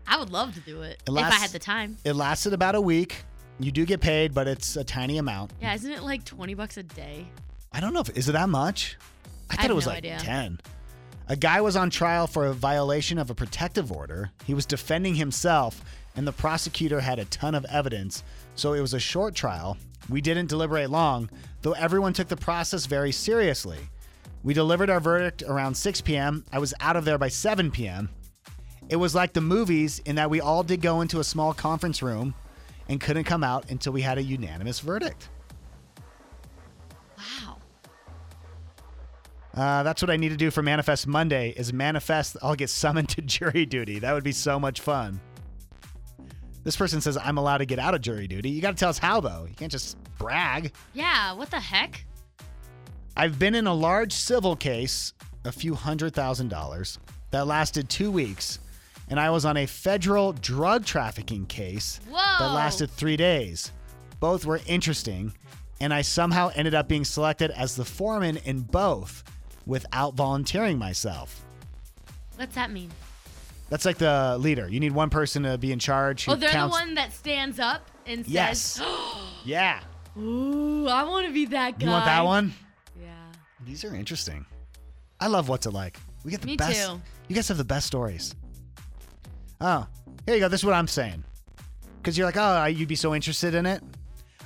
Speaker 13: I would love to do it, if
Speaker 11: It
Speaker 13: I
Speaker 11: lasts-
Speaker 13: had the time.
Speaker 11: It lasted about a week. You do get paid, but it's a tiny amount.
Speaker 13: Yeah, isn't it like twenty bucks a day?
Speaker 11: I don't know if is it that much? I thought
Speaker 13: have
Speaker 11: it was
Speaker 13: no
Speaker 11: like
Speaker 13: idea.
Speaker 11: 10. A guy was on trial for a violation of a protective order. He was defending himself and the prosecutor had a ton of evidence, so it was a short trial. We didn't deliberate long, though everyone took the process very seriously. We delivered our verdict around 6 p.m. I was out of there by 7 p.m. It was like the movies in that we all did go into a small conference room and couldn't come out until we had a unanimous verdict.
Speaker 13: Wow.
Speaker 11: Uh, that's what I need to do for Manifest Monday is manifest I'll get summoned to jury duty. That would be so much fun. This person says I'm allowed to get out of jury duty. You got to tell us how though. You can't just brag.
Speaker 13: Yeah. What the heck?
Speaker 11: I've been in a large civil case, a few hundred thousand dollars, that lasted 2 weeks, and I was on a federal drug trafficking case that
Speaker 13: Whoa.
Speaker 11: lasted 3 days. Both were interesting, and I somehow ended up being selected as the foreman in both without volunteering myself.
Speaker 13: What's that mean?
Speaker 11: That's like the leader. You need one person to be in charge. who
Speaker 13: oh, they're
Speaker 11: counts-
Speaker 13: the one that stands up and says,
Speaker 11: Yes. Yeah.
Speaker 13: "Ooh, I want to be that guy."
Speaker 11: You want that one?
Speaker 13: Yeah.
Speaker 11: These are interesting. I love what's it like. We get the
Speaker 13: Me
Speaker 11: best.
Speaker 13: too.
Speaker 11: You guys have the best stories. Oh, here you go. This is what I'm saying. Because you're like, oh, you'd be so interested in it.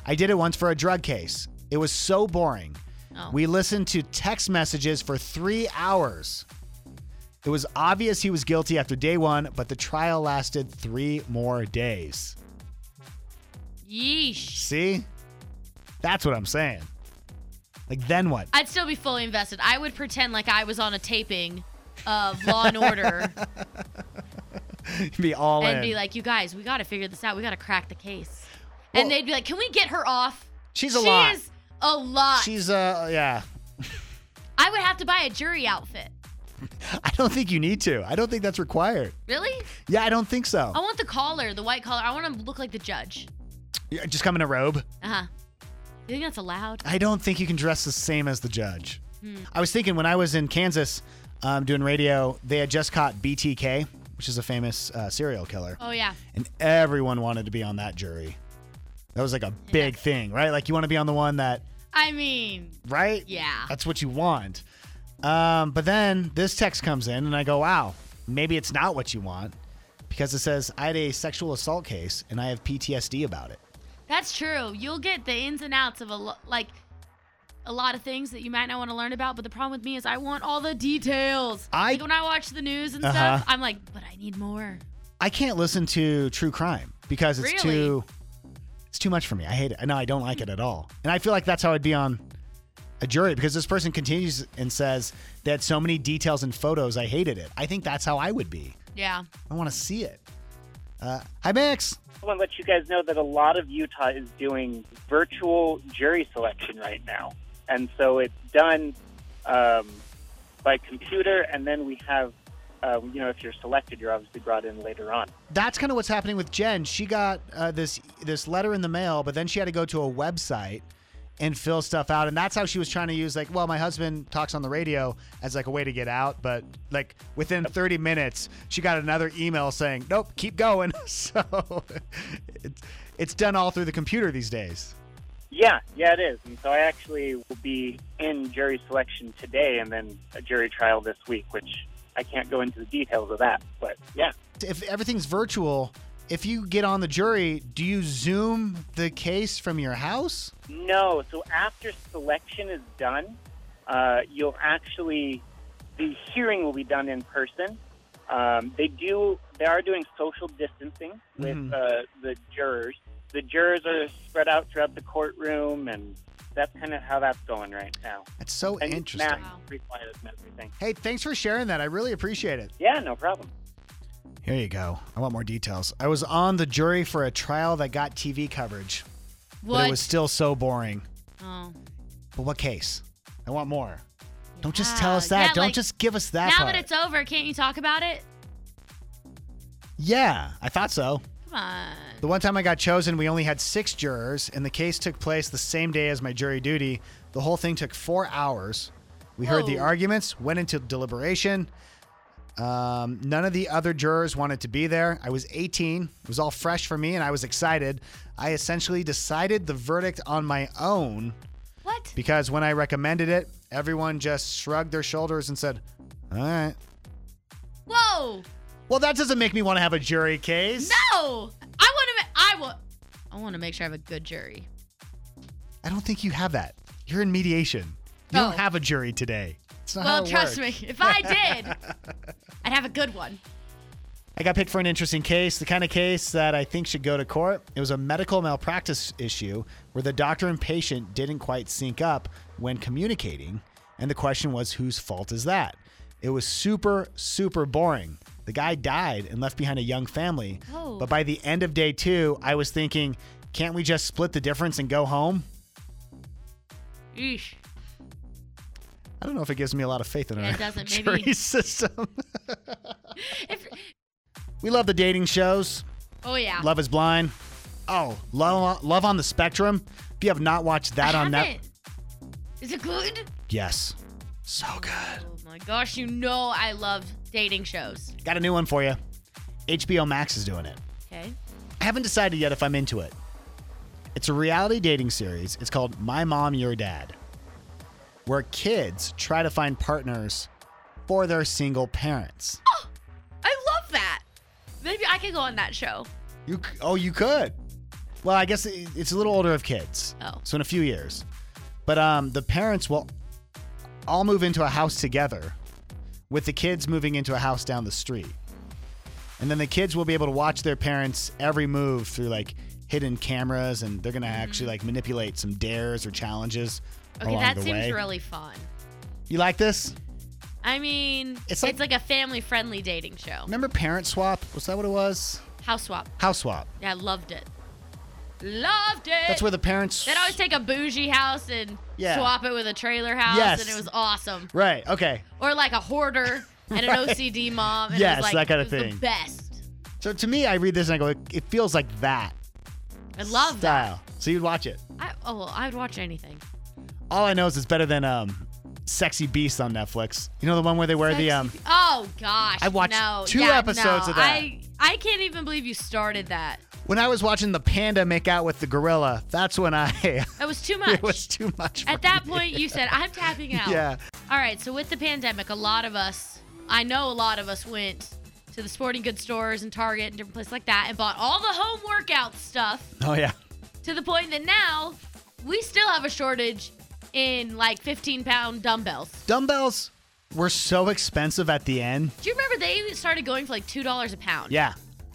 Speaker 11: I did it once for a drug case. It was so boring.
Speaker 13: Oh.
Speaker 11: We listened to text messages for three hours. It was obvious he was guilty after day one, but the trial lasted three more days.
Speaker 13: Yeesh.
Speaker 11: See? That's what I'm saying. Like then what?
Speaker 13: I'd still be fully invested. I would pretend like I was on a taping of Law and Order
Speaker 11: be all
Speaker 13: and
Speaker 11: in.
Speaker 13: be like, "You guys, we got to figure this out. We got to crack the case." and
Speaker 11: Well-
Speaker 13: they'd be like, "Can we get her off?"
Speaker 11: She's a
Speaker 13: she
Speaker 11: lot.
Speaker 13: is a lot.
Speaker 11: She's uh yeah.
Speaker 13: I would have to buy a jury outfit.
Speaker 11: I don't think you need to. I don't think that's required.
Speaker 13: Really?
Speaker 11: Yeah, I don't think so.
Speaker 13: I want the collar, the white collar. I want to look like the judge.
Speaker 11: Yeah, Just come in a robe.
Speaker 13: Uh huh. You think that's allowed?
Speaker 11: I don't think you can dress the same as the judge.
Speaker 13: Hmm.
Speaker 11: I was thinking when I was in Kansas um, doing radio, they had just caught BTK, which is a famous uh, serial killer.
Speaker 13: Oh yeah.
Speaker 11: and everyone wanted to be on that jury. That was like a big thing, right? Like you want to be on the one that,
Speaker 13: I mean,
Speaker 11: right?
Speaker 13: yeah.
Speaker 11: That's what you want. Um, but then this text comes in, and I go, wow, maybe it's not what you want because it says, I had a sexual assault case and I have PTSD about it.
Speaker 13: That's true. You'll get the ins and outs of a lo- like a lot of things that you might not want to learn about. But the problem with me is I want all the details.
Speaker 11: I-
Speaker 13: like when I watch the news and
Speaker 11: Uh-huh.
Speaker 13: stuff, I'm like, but I need more.
Speaker 11: I can't listen to true crime because it's
Speaker 13: Really?
Speaker 11: too. It's too much for me. I hate it. No, I don't like it at all. And I feel like that's how I'd be on a jury because this person continues and says they had so many details and photos. I hated it. I think that's how I would be.
Speaker 13: Yeah.
Speaker 11: I want to see it. Uh, hi, Max.
Speaker 4: I want to let you guys know that a lot of Utah is doing virtual jury selection right now. And so it's done um, by computer, and then we have, um, you know, if you're selected, you're obviously brought in later on.
Speaker 11: That's kind of what's happening with Jen. She got uh, this this letter in the mail, but then she had to go to a website and fill stuff out, and that's how she was trying to use like, well, my husband talks on the radio as like a way to get out, but like within 30 minutes, she got another email saying, nope, keep going. so it's It's done all through the computer these days.
Speaker 4: Yeah, yeah, it is. And so I actually will be in jury selection today and then a jury trial this week, which I can't go into the details of that. But yeah.
Speaker 11: If everything's virtual, if you get on the jury, do you Zoom the case from your house?
Speaker 4: No, so after selection is done, uh, you'll actually, the hearing will be done in person. Um, they do, they are doing social distancing with
Speaker 6: Mhm.
Speaker 4: uh, the jurors. The jurors are spread out throughout the courtroom, and that's kind of how that's going right now.
Speaker 11: That's so
Speaker 4: and
Speaker 11: interesting.
Speaker 4: Masks required and everything.
Speaker 11: Hey, thanks for sharing that. I really appreciate it.
Speaker 4: Yeah, no problem.
Speaker 11: Here you go. I want more details. I was on the jury for a trial that got TV coverage. But
Speaker 13: What?
Speaker 11: it was still so boring.
Speaker 13: Oh.
Speaker 11: But what case? I want more. Don't just tell us that.
Speaker 13: Yeah,
Speaker 11: Don't
Speaker 13: like,
Speaker 11: just give us that
Speaker 13: now
Speaker 11: part.
Speaker 13: that it's over, can't you talk about it?
Speaker 11: yeah, I thought so.
Speaker 13: Come on.
Speaker 11: The one time I got chosen, we only had six jurors, and the case took place the same day as my jury duty. The whole thing took four hours. We heard the
Speaker 7: Whoa.
Speaker 11: arguments, went into deliberation. Um, none of the other jurors wanted to be there. I was 18. It was all fresh for me, and I was excited. I essentially decided the verdict on my own.
Speaker 13: What?
Speaker 11: Because when I recommended it, everyone just shrugged their shoulders and said, All right.
Speaker 13: Whoa!
Speaker 11: Well, that doesn't make me want to have a jury case.
Speaker 13: No! I want to. I want. I want to make sure I have a good jury.
Speaker 11: I don't think you have that. You're in mediation. You don't have a jury today. It's not how
Speaker 13: well,
Speaker 11: Uh-huh, it
Speaker 13: trust
Speaker 11: works.
Speaker 13: me. If I did, I'd have a good one.
Speaker 11: I got picked for an interesting case, the kind of case that I think should go to court. It was a medical malpractice issue where the doctor and patient didn't quite sync up when communicating, and the question was whose fault is that? It was super super boring. The guy died and left behind a young family.
Speaker 7: Oh.
Speaker 11: But by the end of day 2, I was thinking, can't we just split the difference and go home?
Speaker 13: Eesh.
Speaker 11: I don't know if it gives me a lot of faith in
Speaker 13: Yeah,
Speaker 11: our
Speaker 13: it doesn't.
Speaker 11: jury
Speaker 13: Maybe-
Speaker 11: system. we love the dating shows.
Speaker 13: Oh yeah.
Speaker 11: Love is Blind. Oh, Love, Love on the Spectrum. If you have not watched that on that,
Speaker 13: Haven't. Is it good?
Speaker 11: yes, so good.
Speaker 13: Oh my gosh! You know I love dating shows.
Speaker 11: Got a new one for you. HBO Max is doing it.
Speaker 13: Okay.
Speaker 11: I haven't decided yet if I'm into it. It's a reality dating series. It's called My Mom, Your Dad, where kids try to find partners for their single parents.
Speaker 13: I love that. Maybe I could go on that show.
Speaker 11: You c- oh, you could. Well, I guess it- it's a little older of kids.
Speaker 13: Oh.
Speaker 11: So in a few years. But um the parents will all move into a house together with the kids moving into a house down the street. And then the kids will be able to watch their parents every move through like hidden cameras and they're going to actually like manipulate some dares or challenges
Speaker 13: Mm-hmm. Okay,
Speaker 11: along
Speaker 13: that
Speaker 11: the
Speaker 13: seems
Speaker 11: way.
Speaker 13: really fun.
Speaker 11: you like this?
Speaker 13: I mean, it's like,
Speaker 11: It's like-
Speaker 13: a family-friendly dating show.
Speaker 11: Remember Parent Swap? Was that what it was?
Speaker 13: House swap.
Speaker 11: House Swap.
Speaker 13: Yeah, I loved it. Loved it.
Speaker 11: That's where the parents
Speaker 13: They'd always take a bougie house and
Speaker 11: Yeah.
Speaker 13: swap it with a trailer house,
Speaker 11: Yes.
Speaker 13: and it was awesome.
Speaker 11: Right, okay.
Speaker 13: Or like a hoarder and an
Speaker 11: Right.
Speaker 13: OCD mom. And it
Speaker 11: Yes,
Speaker 13: was like,
Speaker 11: that kinda
Speaker 13: it was the
Speaker 11: thing.
Speaker 13: best.
Speaker 11: So to me, I read this and I go, it feels like that
Speaker 13: I love
Speaker 11: style. So you'd watch it.
Speaker 13: that. I, oh, well, I would watch anything.
Speaker 11: All I know is it's better than um, Sexy Beast on Netflix. You know the one where they wear the um.
Speaker 13: Oh gosh,
Speaker 11: I watched
Speaker 13: no.
Speaker 11: two
Speaker 13: Yeah,
Speaker 11: episodes
Speaker 13: no.
Speaker 11: of that.
Speaker 13: I I can't even believe you started that.
Speaker 11: When I was watching the panda make out with the gorilla, that's when I.
Speaker 13: That was too much.
Speaker 11: it was too much. for
Speaker 13: At that
Speaker 11: me.
Speaker 13: point, you said I'm tapping out.
Speaker 11: Yeah.
Speaker 13: All right. So with the pandemic, a lot of us, I know a lot of us went to the sporting goods stores and Target and different places like that and bought all the home workout stuff
Speaker 11: Oh yeah.
Speaker 13: to the point that now we still have a shortage in like 15 pound dumbbells.
Speaker 11: Dumbbells were so expensive at the end.
Speaker 13: Do you remember they started going for like two dollars a pound?
Speaker 11: Yeah.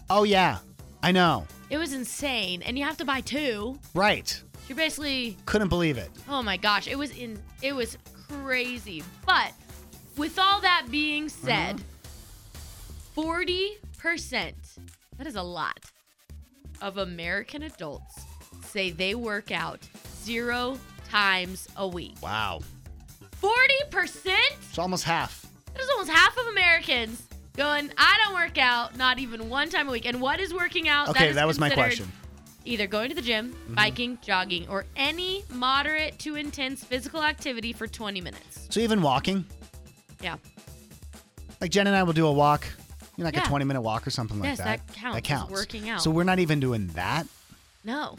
Speaker 11: Oh yeah. I know.
Speaker 13: It was insane, and you have to buy two.
Speaker 11: Right.
Speaker 13: You're basically
Speaker 11: Couldn't believe it.
Speaker 13: Oh my gosh, it was in it was crazy. But with all that being
Speaker 11: Uh-huh.
Speaker 13: said, 40%, that is a lot of American adults say they work out 0 times a week.
Speaker 11: Wow.
Speaker 13: 40%?
Speaker 11: It's almost half.
Speaker 13: That is almost half of Americans going, I don't work out not even one time a week. And what is working out?
Speaker 11: Okay,
Speaker 13: is
Speaker 11: that was my
Speaker 13: considered
Speaker 11: question.
Speaker 13: Either going to the gym,
Speaker 11: Mhm.
Speaker 13: biking, jogging, or any moderate to intense physical activity for 20 minutes.
Speaker 11: So even walking,
Speaker 13: Yeah.
Speaker 11: like Jen and I will do a walk, you know, like
Speaker 13: Yeah.
Speaker 11: a 20 minute walk or something
Speaker 13: Yes,
Speaker 11: like that.
Speaker 13: that counts as working out.
Speaker 11: So we're not even doing that.
Speaker 13: No.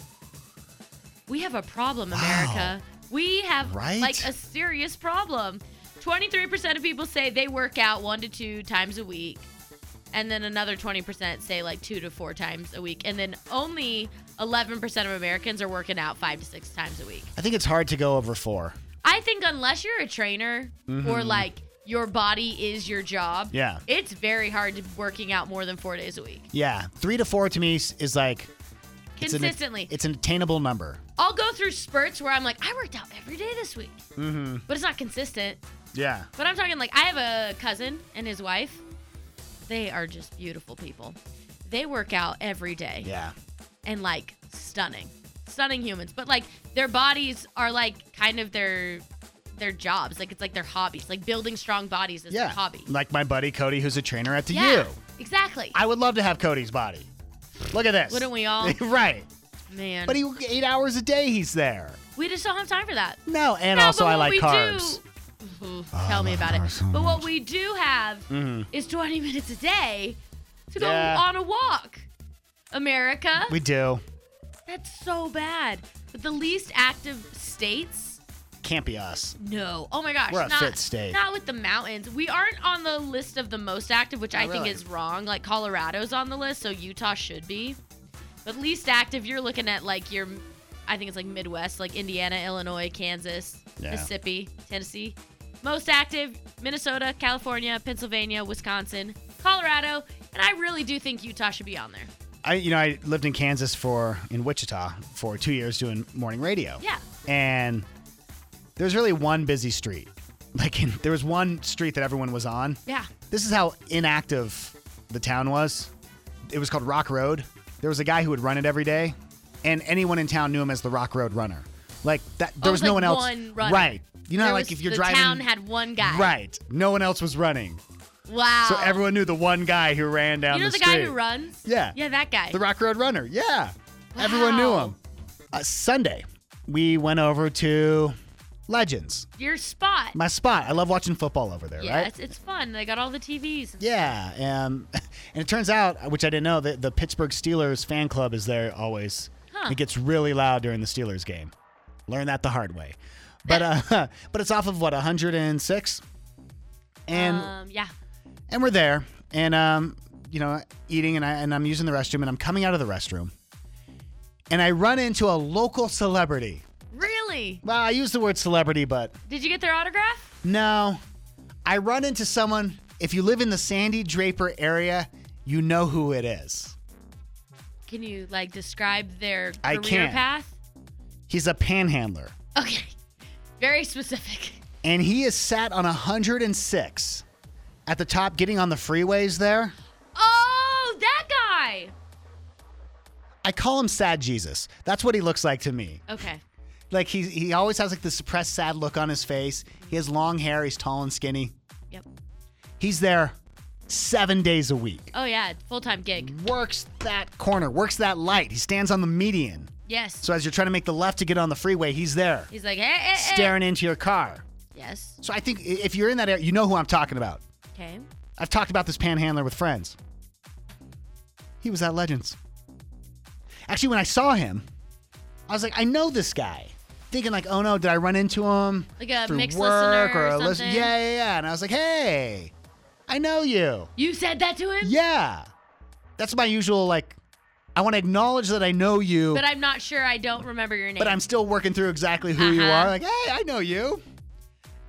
Speaker 13: We have a problem, America. We have
Speaker 6: Right?
Speaker 13: like a serious problem. 23% of people say they work out one to two times a week. And then another 20% say like two to four times a week. And then only 11% of Americans are working out five to six times a week.
Speaker 11: I think it's hard to go over four.
Speaker 13: I think unless you're a trainer
Speaker 11: Mhm.
Speaker 13: or like your body is your job,
Speaker 11: Yeah.
Speaker 13: it's very hard to working out more than four days a week.
Speaker 11: Yeah, three to four to me is- is like it's an-
Speaker 13: Consistently.
Speaker 11: It's an attainable number.
Speaker 13: I'll go through spurts where I'm like, I worked out every day this week,
Speaker 11: Mm-hmm.
Speaker 13: but it's not consistent.
Speaker 11: Yeah.
Speaker 13: But I'm talking like I have a cousin and his wife. They are just beautiful people. They work out every day.
Speaker 11: Yeah.
Speaker 13: And like stunning. Stunning humans. But like their bodies are like kind of their their jobs. Like it's like their hobbies. Like building strong bodies is
Speaker 11: Yeah.
Speaker 13: their hobby.
Speaker 11: Like my buddy Cody, who's a trainer at the
Speaker 13: Yeah.
Speaker 11: U.
Speaker 13: Exactly.
Speaker 11: I would love to have Cody's body. Look at this.
Speaker 13: Wouldn't we all?
Speaker 11: right.
Speaker 13: Man.
Speaker 11: But he eight hours a day he's there.
Speaker 13: we just don't have time for that.
Speaker 11: No, and
Speaker 13: No,
Speaker 11: also
Speaker 13: but
Speaker 11: I
Speaker 13: what
Speaker 11: like
Speaker 13: we
Speaker 11: carbs.
Speaker 13: Do, Ooh, tell me about it. but what we do have
Speaker 11: Mhm.
Speaker 13: is 20 minutes a day to go
Speaker 11: Yeah.
Speaker 13: on a walk. America,
Speaker 11: We do.
Speaker 13: that's so bad. But the least active states,
Speaker 11: Can't be us.
Speaker 13: no. Oh my gosh,
Speaker 11: We're a
Speaker 13: not,
Speaker 11: fit state.
Speaker 13: Not with the mountains. We aren't on the list of the most active, which I
Speaker 11: Not
Speaker 13: think
Speaker 11: really.
Speaker 13: is wrong. Like Colorado's on the list, so Utah should be. But least active, you're looking at like your, I think it's like Midwest, like Indiana, Illinois, Kansas,
Speaker 7: Yeah.
Speaker 13: Mississippi, Tennessee. Most active, Minnesota, California, Pennsylvania, Wisconsin, Colorado, and I really do think Utah should be on there.
Speaker 11: I you know, I lived in Kansas for in Wichita for two years doing morning radio.
Speaker 13: Yeah.
Speaker 11: And there's really one busy street. Like in, there was one street that everyone was on.
Speaker 13: Yeah.
Speaker 11: This is how inactive the town was. It was called Rock Road. There was a guy who would run it every day, and anyone in town knew him as the Rock Road Runner. Like that, there
Speaker 13: Oh,
Speaker 11: was
Speaker 13: it's like
Speaker 11: no one else.
Speaker 13: One runner.
Speaker 11: Right. You know, how,
Speaker 13: There
Speaker 11: like
Speaker 13: was-
Speaker 11: if you're
Speaker 13: the
Speaker 11: driving.
Speaker 13: town had one guy.
Speaker 11: Right. No one else was running.
Speaker 13: Wow.
Speaker 11: So everyone knew the one guy who ran down
Speaker 13: You know
Speaker 11: the,
Speaker 13: the,
Speaker 11: street.
Speaker 13: guy who runs?
Speaker 11: Yeah.
Speaker 13: Yeah, that guy.
Speaker 11: The Rock Road Runner. Yeah. Everyone knew him. Uh, Sunday, we went over to Legends,
Speaker 13: Your spot.
Speaker 11: my spot. I love watching football over there,
Speaker 13: yes,
Speaker 11: right?
Speaker 13: it's fun. They got all the TVs.
Speaker 11: Yeah. Um, and it turns out, which I didn't know, that the Pittsburgh Steelers fan club is there always.
Speaker 13: Huh.
Speaker 11: It gets really loud during the Steelers game. Learn that the hard way. But uh, but it's off of what 106, and
Speaker 13: um, yeah.
Speaker 11: and we're there and um you know eating and I and I'm using the restroom and I'm coming out of the restroom and I run into a local celebrity.
Speaker 13: Really?
Speaker 11: Well, I use the word celebrity, but
Speaker 13: Did you get their autograph?
Speaker 11: no. I run into someone if you live in the Sandy Draper area, you know who it is.
Speaker 13: Can you like describe their
Speaker 11: I
Speaker 13: career
Speaker 11: can't.
Speaker 13: path?
Speaker 11: He's a panhandler
Speaker 13: Okay. Very specific.
Speaker 11: and he is sat on 106 at the top getting on the freeways there.
Speaker 13: Oh, that guy.
Speaker 11: I call him Sad Jesus. That's what he looks like to me.
Speaker 13: Okay.
Speaker 11: Like he he always has like the suppressed sad look on his face. He has long hair. He's tall and skinny.
Speaker 13: Yep.
Speaker 11: He's there seven days a week.
Speaker 13: Oh yeah, full time
Speaker 11: Mm-hmm.
Speaker 13: gig.
Speaker 11: Works that. Corner works that light. He stands on the median.
Speaker 13: Yes.
Speaker 11: So as you're trying to make the left to get on the freeway, he's there,
Speaker 13: He's like, hey, hey, hey.
Speaker 11: staring into your car.
Speaker 13: Yes.
Speaker 11: So I think i- if you're in that area, you know who I'm talking about.
Speaker 13: Okay.
Speaker 11: I've talked about this panhandler with friends. He was at Legends. Actually, when I saw him, I was like, I know this guy. Thinking like, oh no, did I run into him
Speaker 13: Like a
Speaker 11: through
Speaker 13: mixed
Speaker 11: work
Speaker 13: listener
Speaker 11: or
Speaker 13: or
Speaker 11: a listen?
Speaker 13: something?
Speaker 11: Yeah, yeah, yeah. And I was like, hey, I know you.
Speaker 13: You said that to him?
Speaker 11: Yeah, that's my usual like. I want to acknowledge that I know you,
Speaker 13: But I'm not sure. I don't remember your name.
Speaker 11: but I'm still working through exactly who you
Speaker 13: Uh-huh.
Speaker 11: are. Like, hey, I know you.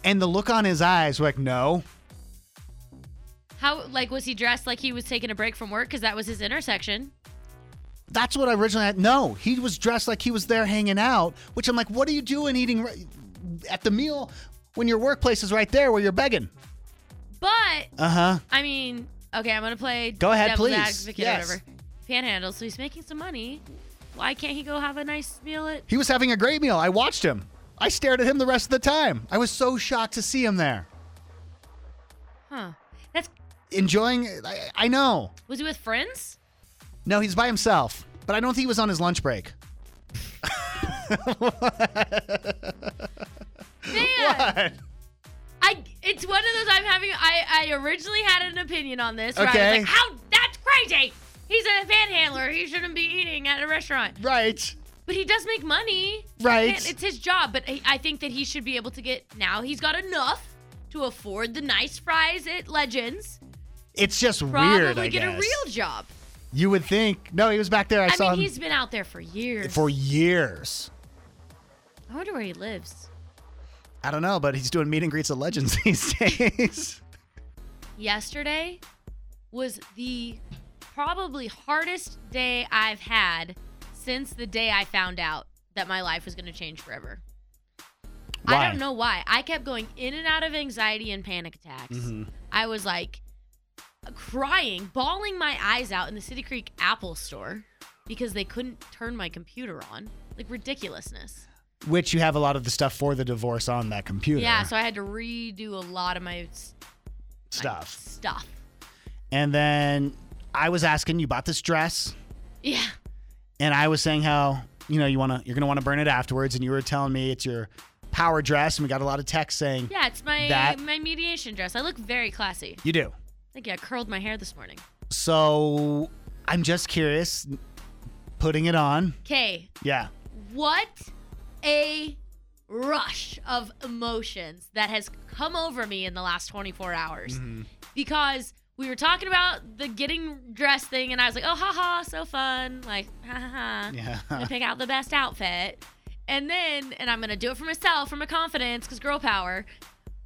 Speaker 11: And the look on his eyes, were like, no,
Speaker 13: How like was he dressed? Like he was taking a break from work because that was his intersection.
Speaker 11: That's what I originally had. No, he was dressed like he was there hanging out, which I'm like, what are you doing eating ri- at the meal when your workplace is right there where you're begging?
Speaker 13: But
Speaker 11: Uh huh.
Speaker 13: I mean, okay, I'm gonna play.
Speaker 11: Go ahead,
Speaker 13: devil's
Speaker 11: please.
Speaker 13: Advocate
Speaker 11: Yes.
Speaker 13: Or whatever. Panhandle. So he's making some money. Why can't he go have a nice meal at?
Speaker 11: He was having a great meal. I watched him. I stared at him the rest of the time. I was so shocked to see him there.
Speaker 13: Huh? That's
Speaker 11: Enjoying, I, I know.
Speaker 13: was he with friends?
Speaker 11: No, he's by himself, but I don't think he was on his lunch break.
Speaker 13: Man, I it's one of those I'm having. I I originally had an opinion on this. Where I
Speaker 11: Okay.
Speaker 13: was like, how that's crazy. He's a panhandler. handler. He shouldn't be eating at a restaurant.
Speaker 11: Right.
Speaker 13: But he does make money. He
Speaker 11: Right.
Speaker 13: can't- It's his job. But I I think that he should be able to get. Now he's got enough to afford the nice fries at Legends.
Speaker 11: It's just
Speaker 13: Probably
Speaker 11: weird. I
Speaker 13: get
Speaker 11: guess
Speaker 13: a real job.
Speaker 11: you would think. No, he was back there. I,
Speaker 13: I,
Speaker 11: saw
Speaker 13: mean,
Speaker 11: him
Speaker 13: he's been out there for years.
Speaker 11: for years.
Speaker 13: I wonder where he lives.
Speaker 11: I don't know, but he's doing meet and greets at Legends these days.
Speaker 13: yesterday was the probably hardest day I've had since the day I found out that my life was going to change forever. I
Speaker 6: Why?
Speaker 13: don't know why. I kept going in and out of anxiety and panic attacks.
Speaker 11: Mm-hmm.
Speaker 13: I was like crying, bawling my eyes out in the City Creek Apple store because they couldn't turn my computer on. Like ridiculousness.
Speaker 11: Which you have a lot of the stuff for the divorce on that computer.
Speaker 13: Yeah, so I had to redo a lot of my s-
Speaker 11: stuff.
Speaker 13: stuff.
Speaker 11: And then I was asking, you bought this dress,
Speaker 13: Yeah.
Speaker 11: and I was saying how you know you wanna you're gonna want to burn it afterwards, and you were telling me it's your power dress, and we got a lot of texts saying
Speaker 13: Yeah, it's my
Speaker 11: that
Speaker 13: my mediation dress. I look very classy.
Speaker 11: you do.
Speaker 13: Thank you. I curled my hair this morning.
Speaker 11: So I'm just curious, putting it on.
Speaker 13: Okay,
Speaker 11: Yeah.
Speaker 13: what a rush of emotions that has come over me in the last 24 hours
Speaker 11: Mm-hmm.
Speaker 13: because we were talking about the getting dressed thing, and I was like, oh, haha, so fun. Like, ha ha ha.
Speaker 11: Yeah.
Speaker 13: I'm gonna pick out the best outfit. And then, and I'm gonna do it for myself, for my confidence, because girl power.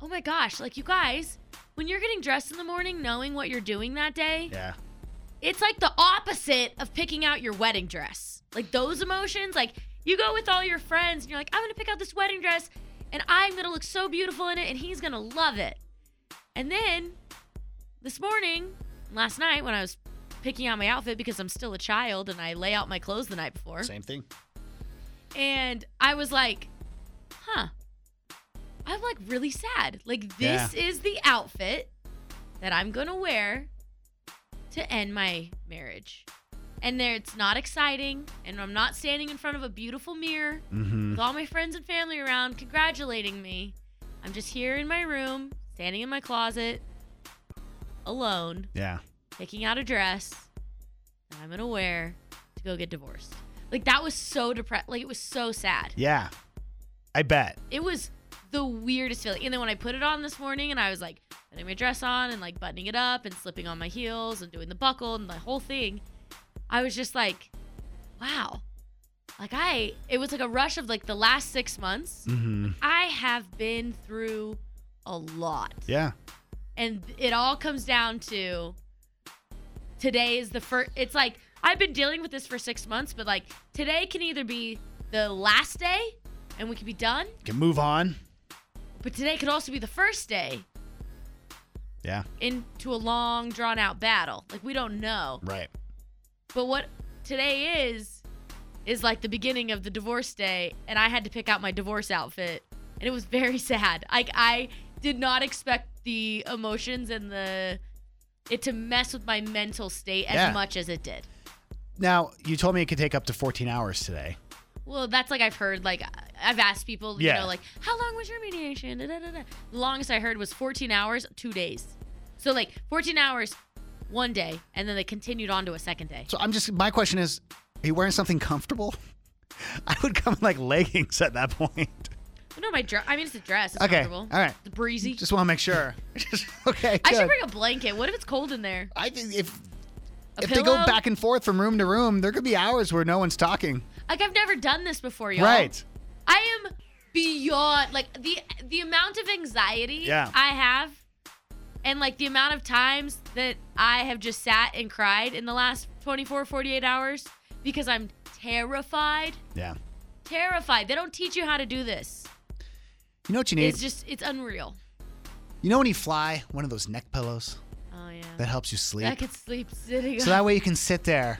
Speaker 13: Oh my gosh, like you guys, when you're getting dressed in the morning, knowing what you're doing that day,
Speaker 11: Yeah.
Speaker 13: it's like the opposite of picking out your wedding dress. Like those emotions, like you go with all your friends and you're like, I'm gonna pick out this wedding dress and I'm gonna look so beautiful in it and he's gonna love it. And then this morning, last night when I was picking out my outfit because I'm still a child and I lay out my clothes the night before.
Speaker 11: Same thing.
Speaker 13: And I was like, huh, I'm like really sad. Like, this
Speaker 6: Yeah.
Speaker 13: is the outfit that I'm going to wear to end my marriage. And there, it's not exciting. And I'm not standing in front of a beautiful mirror
Speaker 6: Mhm.
Speaker 13: with all my friends and family around congratulating me. I'm just here in my room, standing in my closet, alone,
Speaker 11: Yeah.
Speaker 13: picking out a dress that I'm going to wear to go get divorced. Like, that was so depressed. Like, it was so sad.
Speaker 11: Yeah. I bet.
Speaker 13: It was the weirdest feeling. And then when I put it on this morning and I was like putting my dress on and like buttoning it up and slipping on my heels and doing the buckle and the whole thing, I was just like, wow. Like I it was like a rush of like the last 6 months.
Speaker 11: Mm-hmm.
Speaker 13: I have been through a lot.
Speaker 11: Yeah.
Speaker 13: And it all comes down to today is the first it's like I've been dealing with this for 6 months, but like today can either be the last day and we can be done
Speaker 11: Can move on.
Speaker 13: but today could also be the first day
Speaker 11: Yeah.
Speaker 13: into a long, drawn out battle. Like, we don't know.
Speaker 11: Right.
Speaker 13: But what today is, is like the beginning of the divorce day, and I had to pick out my divorce outfit. And it was very sad. Like, I did not expect the emotions and the. It to mess with my mental state as
Speaker 11: Yeah.
Speaker 13: much as it did.
Speaker 11: Now you told me it could take up to 14 hours today.
Speaker 13: Well, that's like I've heard. Like I've asked people, you
Speaker 11: Yeah.
Speaker 13: know, like how long was your mediation? Da, da, da, da. The longest I heard was 14 hours, two days. So like 14 hours, one day, and then they continued on to a second day.
Speaker 11: So I'm just my question is, are you wearing something comfortable? I would come in like leggings at that point.
Speaker 13: But no, my dress. I mean, it's a dress. It's
Speaker 11: okay.
Speaker 13: comfortable.
Speaker 11: All right.
Speaker 13: It's breezy.
Speaker 11: Just want to make sure. okay.
Speaker 13: I
Speaker 11: good.
Speaker 13: should bring a blanket. What if it's cold in there?
Speaker 11: I think if
Speaker 13: a
Speaker 11: if
Speaker 13: pillow?
Speaker 11: they go back and forth from room to room, there could be hours where no one's talking.
Speaker 13: like I've never done this before, y'all.
Speaker 11: Right.
Speaker 13: I am beyond like the the amount of anxiety
Speaker 11: Yeah.
Speaker 13: I have and like the amount of times that I have just sat and cried in the last 24 48 hours because I'm terrified.
Speaker 11: Yeah.
Speaker 13: Terrified. They don't teach you how to do this.
Speaker 11: You know what you need?
Speaker 13: It's just it's unreal.
Speaker 11: you know when you fly, one of those neck pillows
Speaker 13: Oh yeah.
Speaker 11: that helps you sleep.
Speaker 13: I could sleep sitting
Speaker 11: so
Speaker 13: up.
Speaker 11: that way you can sit there.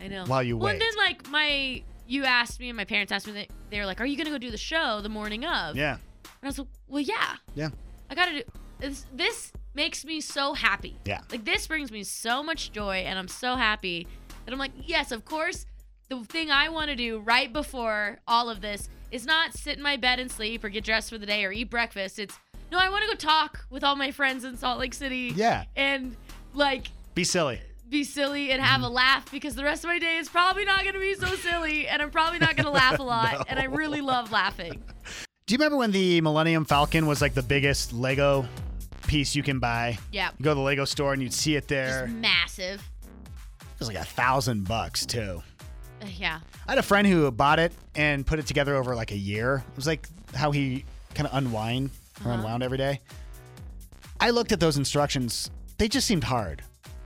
Speaker 13: I know.
Speaker 11: While you
Speaker 13: well,
Speaker 11: wait.
Speaker 13: and then like my you asked me and my parents asked me they, they were like, "Are you going to go do the show the morning of?"
Speaker 11: Yeah.
Speaker 13: And I was like, well, yeah.
Speaker 11: Yeah.
Speaker 13: I gotta do this. This makes me so happy.
Speaker 11: Yeah.
Speaker 13: Like this brings me so much joy, and I'm so happy that I'm like, yes, of course. The thing I want to do right before all of this is not sit in my bed and sleep or get dressed for the day or eat breakfast. It's no, I want to go talk with all my friends in Salt Lake City.
Speaker 11: Yeah.
Speaker 13: And like
Speaker 11: Be silly.
Speaker 13: be silly and have a laugh because the rest of my day is probably not going to be so silly and I'm probably not going to laugh a lot. And I really love laughing.
Speaker 11: Do you remember when the Millennium Falcon was like the biggest Lego piece you can buy?
Speaker 13: Yeah.
Speaker 11: You go to the Lego store and you'd see it there.
Speaker 13: Massive.
Speaker 11: It was like a thousand bucks too.
Speaker 13: Uh, Yeah.
Speaker 11: I had a friend who bought it and put it together over like a year. It was like how he kind of unwind or
Speaker 13: Uh-huh.
Speaker 11: unwound every day. I looked at those instructions. They just seemed hard.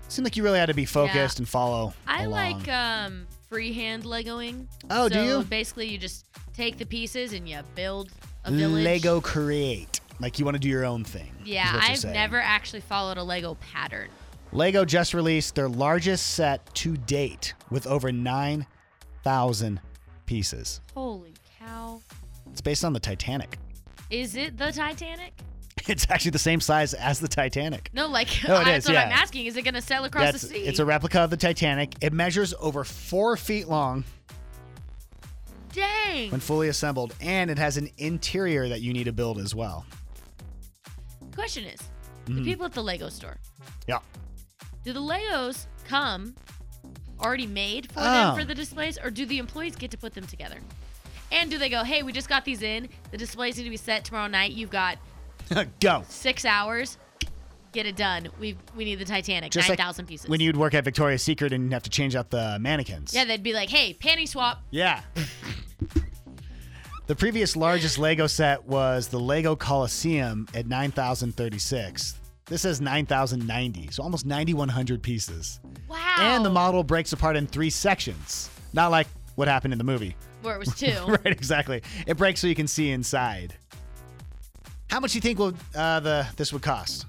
Speaker 11: seemed like you really had to be focused
Speaker 13: Yeah.
Speaker 11: and follow.
Speaker 13: I
Speaker 11: along.
Speaker 13: like um, freehand Legoing.
Speaker 11: Oh, do
Speaker 13: So
Speaker 11: you?
Speaker 13: Basically, you just take the pieces and you build a village.
Speaker 11: Lego create. Like you want to do your own thing. is
Speaker 13: Yeah,
Speaker 11: what you're
Speaker 13: I've
Speaker 11: saying.
Speaker 13: never actually followed a Lego pattern.
Speaker 11: Lego just released their largest set to date with over 9,000 pieces.
Speaker 13: Holy cow.
Speaker 11: It's based on the Titanic.
Speaker 13: Is it the Titanic?
Speaker 11: It's actually the same size as the Titanic.
Speaker 13: No, like
Speaker 11: No, it
Speaker 13: that's
Speaker 11: is,
Speaker 13: what I'm
Speaker 11: yeah.
Speaker 13: asking. Is it going to sail across
Speaker 11: That's-
Speaker 13: the sea?
Speaker 11: It's a replica of the Titanic. It measures over four feet long
Speaker 13: Dang.
Speaker 11: when fully assembled, and it has an interior that you need to build as well.
Speaker 13: Question is,
Speaker 11: Mhm.
Speaker 13: the people at the Lego store,
Speaker 11: Yeah.
Speaker 13: do the Legos come already made for
Speaker 11: Oh.
Speaker 13: them for the displays, or do the employees get to put them together? And do they go, hey, we just got these in. The displays need to be set tomorrow night. You've got
Speaker 11: Go.
Speaker 13: six hours. Get it done. We we need the Titanic.
Speaker 11: Just
Speaker 13: Nine
Speaker 11: like
Speaker 13: thousand pieces.
Speaker 11: When you'd work at Victoria's Secret and you'd have to change out the mannequins.
Speaker 13: yeah, they'd be like, hey, panty swap.
Speaker 11: Yeah. the previous largest Lego set was the Lego Coliseum at 9,036. This says 9,090, so almost 9,100 pieces.
Speaker 13: Wow.
Speaker 11: And the model breaks apart in three sections, not like what happened in the movie.
Speaker 13: Where it was two.
Speaker 11: right, exactly. It breaks so you can see inside. How much do you think will uh, the this would cost?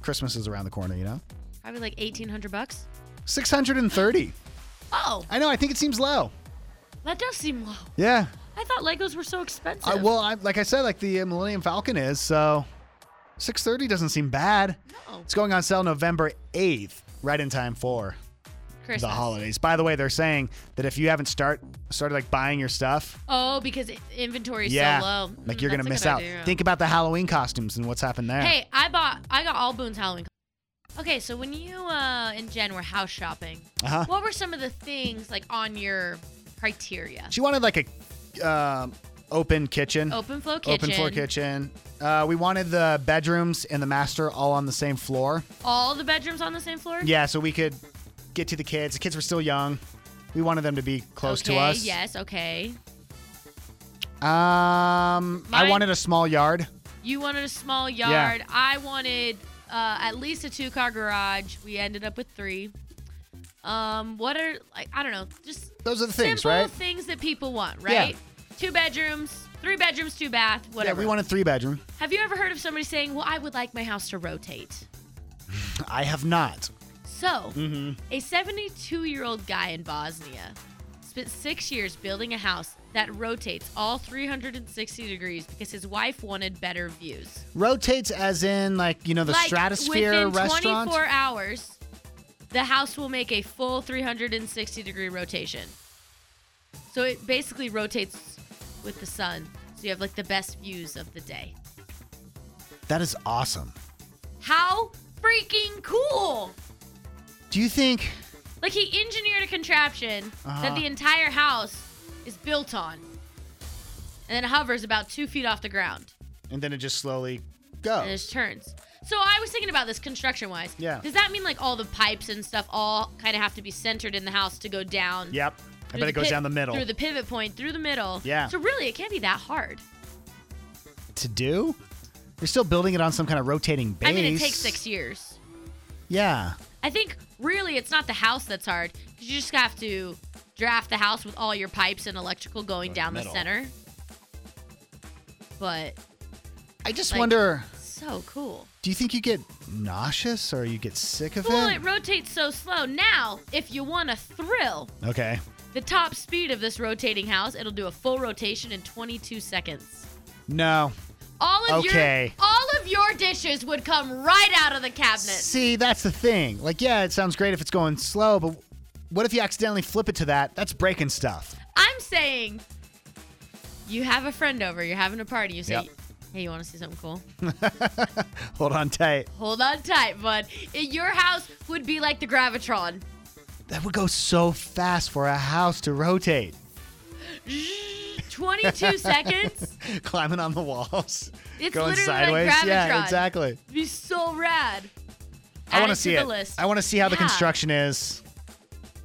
Speaker 11: Christmas is around the corner, you know.
Speaker 13: Probably like eighteen hundred bucks.
Speaker 11: Six hundred and thirty.
Speaker 13: Oh,
Speaker 11: I know. I think it seems low.
Speaker 13: that does seem low.
Speaker 11: Yeah,
Speaker 13: I thought Legos were so expensive.
Speaker 11: I, Uh, well, I, like I said, like the uh, Millennium Falcon is so. Six thirty doesn't seem bad.
Speaker 13: No.
Speaker 11: It's going on sale November eighth, right in time for
Speaker 13: Christmas.
Speaker 11: the holidays. By the way, they're saying that if you haven't start started like buying your stuff,
Speaker 13: Oh, because i- inventory is
Speaker 11: yeah,
Speaker 13: so low.
Speaker 11: like
Speaker 13: Mm,
Speaker 11: you're gonna
Speaker 13: that's a
Speaker 11: miss
Speaker 13: good
Speaker 11: out.
Speaker 13: idea.
Speaker 11: Think about the Halloween costumes and what's happened there.
Speaker 13: Hey, I bought. I got all Boone's Halloween. co- Okay, so when you uh, and Jen were house shopping,
Speaker 11: Uh-huh.
Speaker 13: what were some of the things like on your criteria?
Speaker 11: She wanted like a um, open kitchen.
Speaker 13: Open floor
Speaker 11: Open floor kitchen. Uh, we wanted the bedrooms and the master all on the same floor.
Speaker 13: All the bedrooms on the same floor?
Speaker 11: Yeah, so we could get to the kids. The kids were still young. We wanted them to be close
Speaker 13: okay,
Speaker 11: to us.
Speaker 13: Yes. Okay.
Speaker 11: Um, I
Speaker 13: Mine-
Speaker 11: wanted a small yard.
Speaker 13: You wanted a small yard. I wanted uh, at least a two-car garage. We ended up with three. Um, what are like I don't know, just
Speaker 11: Those are the things,
Speaker 13: simple
Speaker 11: right?
Speaker 13: things that people want,
Speaker 11: Yeah.
Speaker 13: right? Two bedrooms, three bedrooms, two bath, whatever.
Speaker 11: Yeah, we wanted three bedroom.
Speaker 13: Have you ever heard of somebody saying, "Well, I would like my house to rotate"?
Speaker 11: I have not.
Speaker 13: So,
Speaker 11: Mm-hmm.
Speaker 13: a 72-year-old guy in Bosnia spent 6 years building a house that rotates all 360 degrees because his wife wanted better views.
Speaker 11: Rotates as in like you know the
Speaker 13: like
Speaker 11: Stratosphere
Speaker 13: within
Speaker 11: restaurant.
Speaker 13: 24 hours, the house will make a full 360 degree rotation. So it basically rotates with the sun. So you have like the best views of the day.
Speaker 11: That is awesome.
Speaker 13: How freaking cool!
Speaker 11: Do you think?
Speaker 13: Like he engineered a contraption
Speaker 11: Uh-huh.
Speaker 13: that the entire house is built on, and then it hovers about two feet off the ground
Speaker 11: And then it just slowly go.
Speaker 13: and it just turns. So I was thinking about this construction wise.
Speaker 11: Oh. Yeah.
Speaker 13: Does that mean like all the pipes and stuff all kind of have to be centered in the house to go down?
Speaker 11: Yep. I
Speaker 13: through
Speaker 11: bet it goes
Speaker 13: pi-
Speaker 11: down the middle.
Speaker 13: Through the pivot point, through the middle.
Speaker 11: Yeah.
Speaker 13: So really, it can't be that hard.
Speaker 11: to do? You're still building it on some kind of rotating base.
Speaker 13: I mean, it takes six years.
Speaker 11: Yeah.
Speaker 13: I think really it's not the house that's hard because you just have to draft the house with all your pipes and electrical going down the
Speaker 11: middle.
Speaker 13: center. But
Speaker 11: I just
Speaker 13: like,
Speaker 11: wonder
Speaker 13: So cool.
Speaker 11: do you think you get nauseous or you get sick of
Speaker 13: Well,
Speaker 11: it?
Speaker 13: it rotates so slow. Now, if you want a thrill,
Speaker 11: Okay.
Speaker 13: The top speed of this rotating house, it'll do a full rotation in 22 seconds.
Speaker 11: No.
Speaker 13: All of
Speaker 11: Okay.
Speaker 13: your all of your dishes would come right out of the cabinet.
Speaker 11: See, that's the thing. Like, yeah, it sounds great if it's going slow, but what if you accidentally flip it to that? That's breaking stuff.
Speaker 13: I'm saying you have a friend over, you're having a party, you say,
Speaker 11: Yep.
Speaker 13: Hey, you want to see something cool?
Speaker 11: Hold on tight.
Speaker 13: Hold on tight, bud. It- Your house would be like the Gravitron.
Speaker 11: That would go so fast for a house to rotate.
Speaker 13: 22 seconds.
Speaker 11: Climbing on the walls.
Speaker 13: It's
Speaker 11: going
Speaker 13: literally
Speaker 11: sideways.
Speaker 13: like Gravitron.
Speaker 11: yeah, exactly.
Speaker 13: It'd be so rad.
Speaker 11: I
Speaker 13: want to
Speaker 11: see
Speaker 13: the
Speaker 11: it.
Speaker 13: List.
Speaker 11: I want to see how the
Speaker 13: Yeah.
Speaker 11: construction is.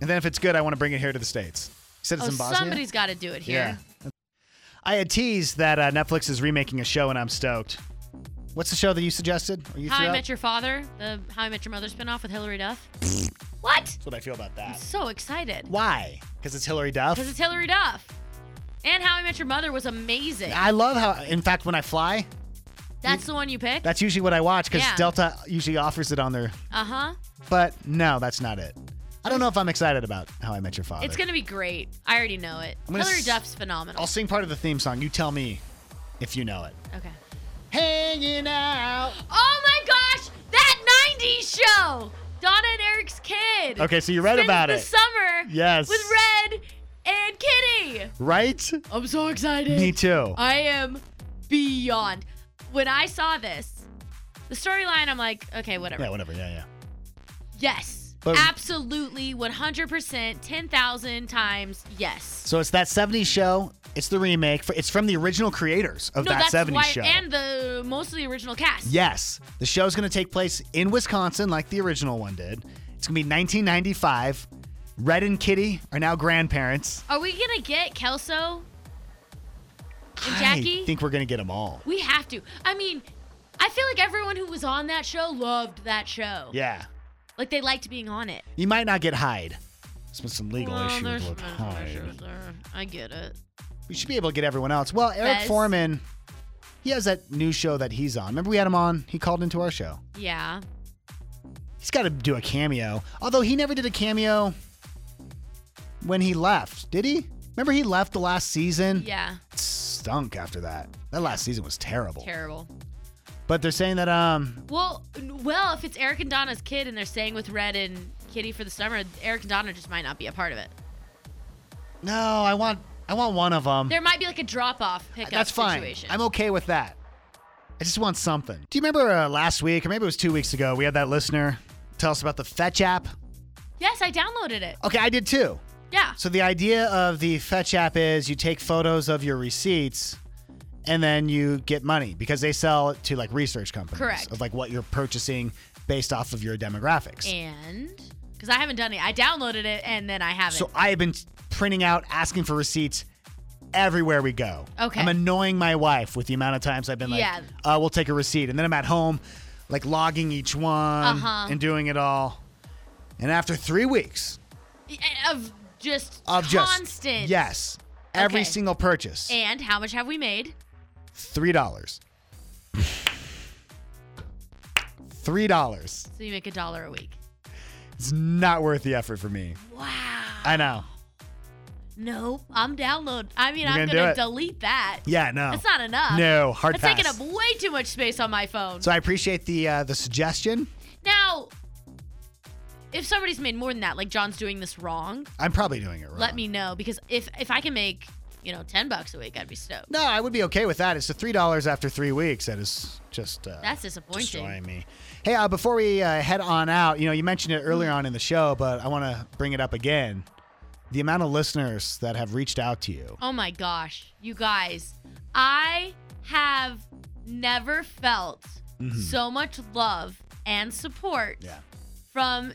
Speaker 11: And then if it's good, I want to bring it here to the States. You said it's
Speaker 13: Oh,
Speaker 11: in Bosnia?
Speaker 13: somebody's got to do it here.
Speaker 11: Yeah. I had teased that uh, Netflix is remaking a show, and I'm stoked. What's the show that you suggested? Or you
Speaker 13: How
Speaker 11: threw
Speaker 13: I
Speaker 11: out?
Speaker 13: Met Your Father, the How I Met Your Mother spinoff with Hillary Duff. what?
Speaker 11: That's what I feel about that.
Speaker 13: So excited.
Speaker 11: Why? Because it's Hillary Duff.
Speaker 13: Because it's Hillary Duff. And How I Met Your Mother was amazing.
Speaker 11: I love how. In fact, when I fly,
Speaker 13: That's the one you picked?
Speaker 11: that's usually what I watch because
Speaker 13: Yeah.
Speaker 11: Delta usually offers it on their.
Speaker 13: Uh huh.
Speaker 11: But no, that's not it. I don't know if I'm excited about How I Met Your Father.
Speaker 13: It's going to be great. I already know it.
Speaker 11: I'm gonna
Speaker 13: Hillary
Speaker 11: s-
Speaker 13: Duff's phenomenal.
Speaker 11: I'll sing part of the theme song. You tell me if you know it.
Speaker 13: okay.
Speaker 11: Hanging out.
Speaker 13: Oh my gosh! That 90s show! Donna and Eric's kid.
Speaker 11: Okay, so you're right
Speaker 13: Spends
Speaker 11: about
Speaker 13: the
Speaker 11: it.
Speaker 13: summer.
Speaker 11: Yes.
Speaker 13: With Red and Kitty.
Speaker 11: Right?
Speaker 13: I'm so excited.
Speaker 11: Me too.
Speaker 13: I am beyond. When I saw this, the storyline, I'm like, okay, whatever.
Speaker 11: yeah, whatever. Yeah, yeah.
Speaker 13: Yes.
Speaker 11: But-
Speaker 13: Absolutely, 100%, 10,000 times yes.
Speaker 11: So it's that 70s show. It's the remake. For, it's from the original creators of
Speaker 13: no,
Speaker 11: that
Speaker 13: that's
Speaker 11: 70s
Speaker 13: why,
Speaker 11: show.
Speaker 13: and the most of the original cast.
Speaker 11: yes. The show's going to take place in Wisconsin like the original one did. It's going to be 1995. Red and Kitty are now grandparents.
Speaker 13: Are we gonna get Kelso and
Speaker 11: I
Speaker 13: Jackie?
Speaker 11: think we're going to get them all.
Speaker 13: we have to. I mean, I feel like everyone who was on that show loved that show.
Speaker 11: Yeah.
Speaker 13: Like they liked being on it.
Speaker 11: You might not get Hyde. There's been some legal
Speaker 13: Well,
Speaker 11: issues
Speaker 13: there's
Speaker 11: with
Speaker 13: been some
Speaker 11: Hyde.
Speaker 13: issues there. I get it.
Speaker 11: We should be able to get everyone else. Well, Eric
Speaker 13: Fez.
Speaker 11: Foreman, he has that new show that he's on. Remember we had him on? He called into our show.
Speaker 13: Yeah.
Speaker 11: He's got to do a cameo. Although he never did a cameo when he left, did he? Remember he left the last season?
Speaker 13: Yeah.
Speaker 11: It stunk after that. That last season was terrible.
Speaker 13: Terrible.
Speaker 11: but they're saying that um
Speaker 13: Well, well, if it's Eric and Donna's kid and they're staying with Red and Kitty for the summer, Eric and Donna just might not be a part of it.
Speaker 11: no, I want I want one of them.
Speaker 13: There might be like a drop off pickup
Speaker 11: That's fine.
Speaker 13: situation.
Speaker 11: I'm okay with that. I just want something. Do you remember uh, last week or maybe it was 2 weeks ago we had that listener tell us about the Fetch app?
Speaker 13: yes, I downloaded it.
Speaker 11: Okay, I did too.
Speaker 13: Yeah.
Speaker 11: So the idea of the Fetch app is you take photos of your receipts and then you get money because they sell it to like research companies
Speaker 13: Correct.
Speaker 11: of like what you're purchasing based off of your demographics.
Speaker 13: And because I haven't done it, I downloaded it and then I haven't.
Speaker 11: So I have been printing out asking for receipts everywhere we go.
Speaker 13: Okay.
Speaker 11: I'm annoying my wife with the amount of times I've been like,
Speaker 13: Yeah.
Speaker 11: uh, we'll take a receipt. And then I'm at home like logging each one
Speaker 13: Uh-huh.
Speaker 11: and doing it all. And after three weeks
Speaker 13: of just
Speaker 11: of just
Speaker 13: constant.
Speaker 11: yes, every
Speaker 13: Okay.
Speaker 11: single purchase,
Speaker 13: And how much have we made?
Speaker 11: three dollars. Three dollars.
Speaker 13: So you make a dollar a week.
Speaker 11: It's not worth the effort for me.
Speaker 13: Wow.
Speaker 11: I know.
Speaker 13: Nope. I'm download. I mean,
Speaker 11: You're
Speaker 13: I'm
Speaker 11: gonna do
Speaker 13: gonna
Speaker 11: it?
Speaker 13: delete that.
Speaker 11: Yeah, no.
Speaker 13: That's not enough.
Speaker 11: No, hard
Speaker 13: That's taking
Speaker 11: pass.
Speaker 13: up way too much space on my phone.
Speaker 11: So I appreciate the uh, the suggestion.
Speaker 13: now, if somebody's made more than that, like John's doing this wrong,
Speaker 11: I'm probably doing it wrong.
Speaker 13: let me know because if if I can make you know ten bucks a week, I'd be stoked.
Speaker 11: No, I would be okay with that. It's the three dollars after three weeks. That is just uh,
Speaker 13: That's disappointing.
Speaker 11: destroying me. Hey, uh, before we uh, head on out, you know, you mentioned it earlier on in the show, but I want to bring it up again. The amount of listeners that have reached out to you.
Speaker 13: Oh my gosh, you guys, I have never felt
Speaker 11: Mhm.
Speaker 13: so much love and support from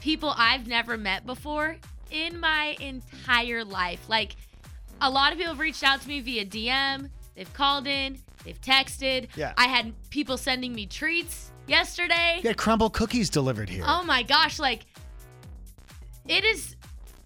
Speaker 13: people I've never met before in my entire life. Like, a lot of people have reached out to me via DM, they've called in, they've texted.
Speaker 11: Yeah.
Speaker 13: I had people sending me treats yesterday.
Speaker 11: You had crumble cookies delivered here.
Speaker 13: Oh my gosh, like it is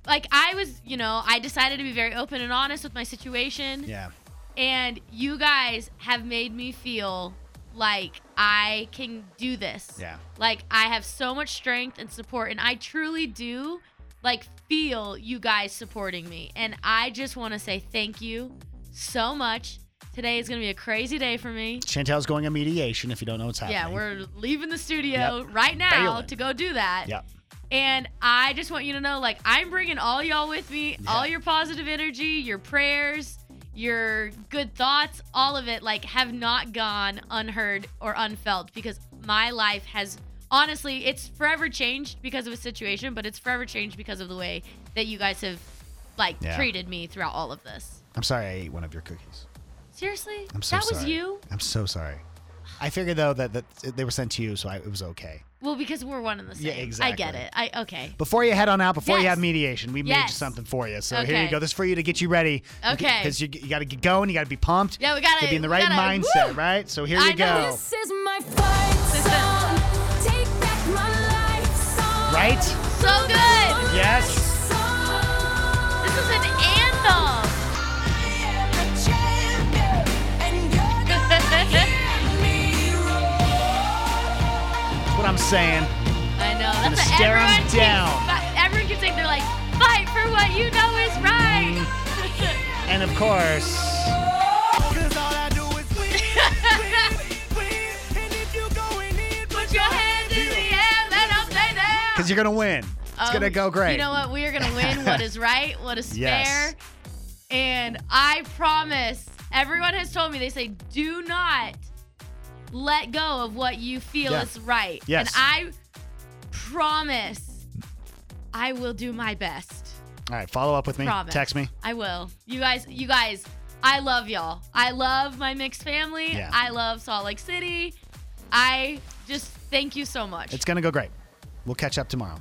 Speaker 13: like I was, you know, I decided to be very open and honest with my situation
Speaker 11: Yeah.
Speaker 13: and you guys have made me feel like I can do this.
Speaker 11: Yeah.
Speaker 13: Like I have so much strength and support and I truly do like feel you guys supporting me and I just want to say thank you so much. Today is going to be a crazy day for me.
Speaker 11: Chantel's going on mediation. If you don't know what's happening.
Speaker 13: Yeah, we're leaving the studio
Speaker 11: Yep.
Speaker 13: right now
Speaker 11: Bailing.
Speaker 13: to go do that.
Speaker 11: Yep.
Speaker 13: And I just want you to know, like, I'm bringing all y'all with me, all your positive energy, your prayers, your good thoughts, all of it, like, have not gone unheard or unfelt because my life has honestly, it's forever changed because of a situation, but it's forever changed because of the way that you guys have, like,
Speaker 11: Yeah.
Speaker 13: treated me throughout all of this.
Speaker 11: I'm sorry I ate one of your cookies.
Speaker 13: Seriously?
Speaker 11: I'm so
Speaker 13: that
Speaker 11: sorry.
Speaker 13: was you?
Speaker 11: I'm so sorry. I figured though that, that they were sent to you, so I, it was okay.
Speaker 13: Well, because we're one and the same.
Speaker 11: Yeah,
Speaker 13: I get
Speaker 11: exactly.
Speaker 13: it. I okay.
Speaker 11: Before you head on out, before you
Speaker 13: Yes.
Speaker 11: have mediation, we made
Speaker 13: Yes.
Speaker 11: something for you. So here you
Speaker 13: Okay.
Speaker 11: go. This is for you to get you ready.
Speaker 13: Okay.
Speaker 11: Because you, you got to get going. You got to be pumped.
Speaker 13: Yeah, we gotta-
Speaker 11: to be in the
Speaker 13: we
Speaker 11: right
Speaker 13: gotta-
Speaker 11: mindset,
Speaker 13: woo!
Speaker 11: right? So here
Speaker 13: I
Speaker 11: you go.
Speaker 13: know.
Speaker 2: This is my fight song. Take back my life song.
Speaker 11: Right?
Speaker 13: So good.
Speaker 11: Yes.
Speaker 13: This is an anthem.
Speaker 11: That's what I'm saying.
Speaker 13: I know.
Speaker 11: Gonna
Speaker 13: That's what
Speaker 11: stare 'em
Speaker 13: everyone keeps-
Speaker 11: down.
Speaker 13: fi- everyone keeps saying they're like, fight for what you know is
Speaker 11: Mm.
Speaker 13: right.
Speaker 11: And of course,
Speaker 13: Put your hands in the air, let 'em play down.
Speaker 11: because you're gonna win. It's
Speaker 13: Um,
Speaker 11: gonna go great.
Speaker 13: You know what? We are gonna win. what is right? What is
Speaker 11: Yes.
Speaker 13: fair? And I promise. Everyone has told me they say do not let go of what you feel
Speaker 11: Yeah.
Speaker 13: is right.
Speaker 11: Yes.
Speaker 13: And I promise I will do my best.
Speaker 11: All right, follow up with me.
Speaker 13: Promise.
Speaker 11: Text me.
Speaker 13: I will. You guys, you guys, I love y'all. I love my mixed family.
Speaker 11: Yeah.
Speaker 13: I love Salt Lake City. I just thank you so much.
Speaker 11: It's gonna go great. We'll catch up tomorrow.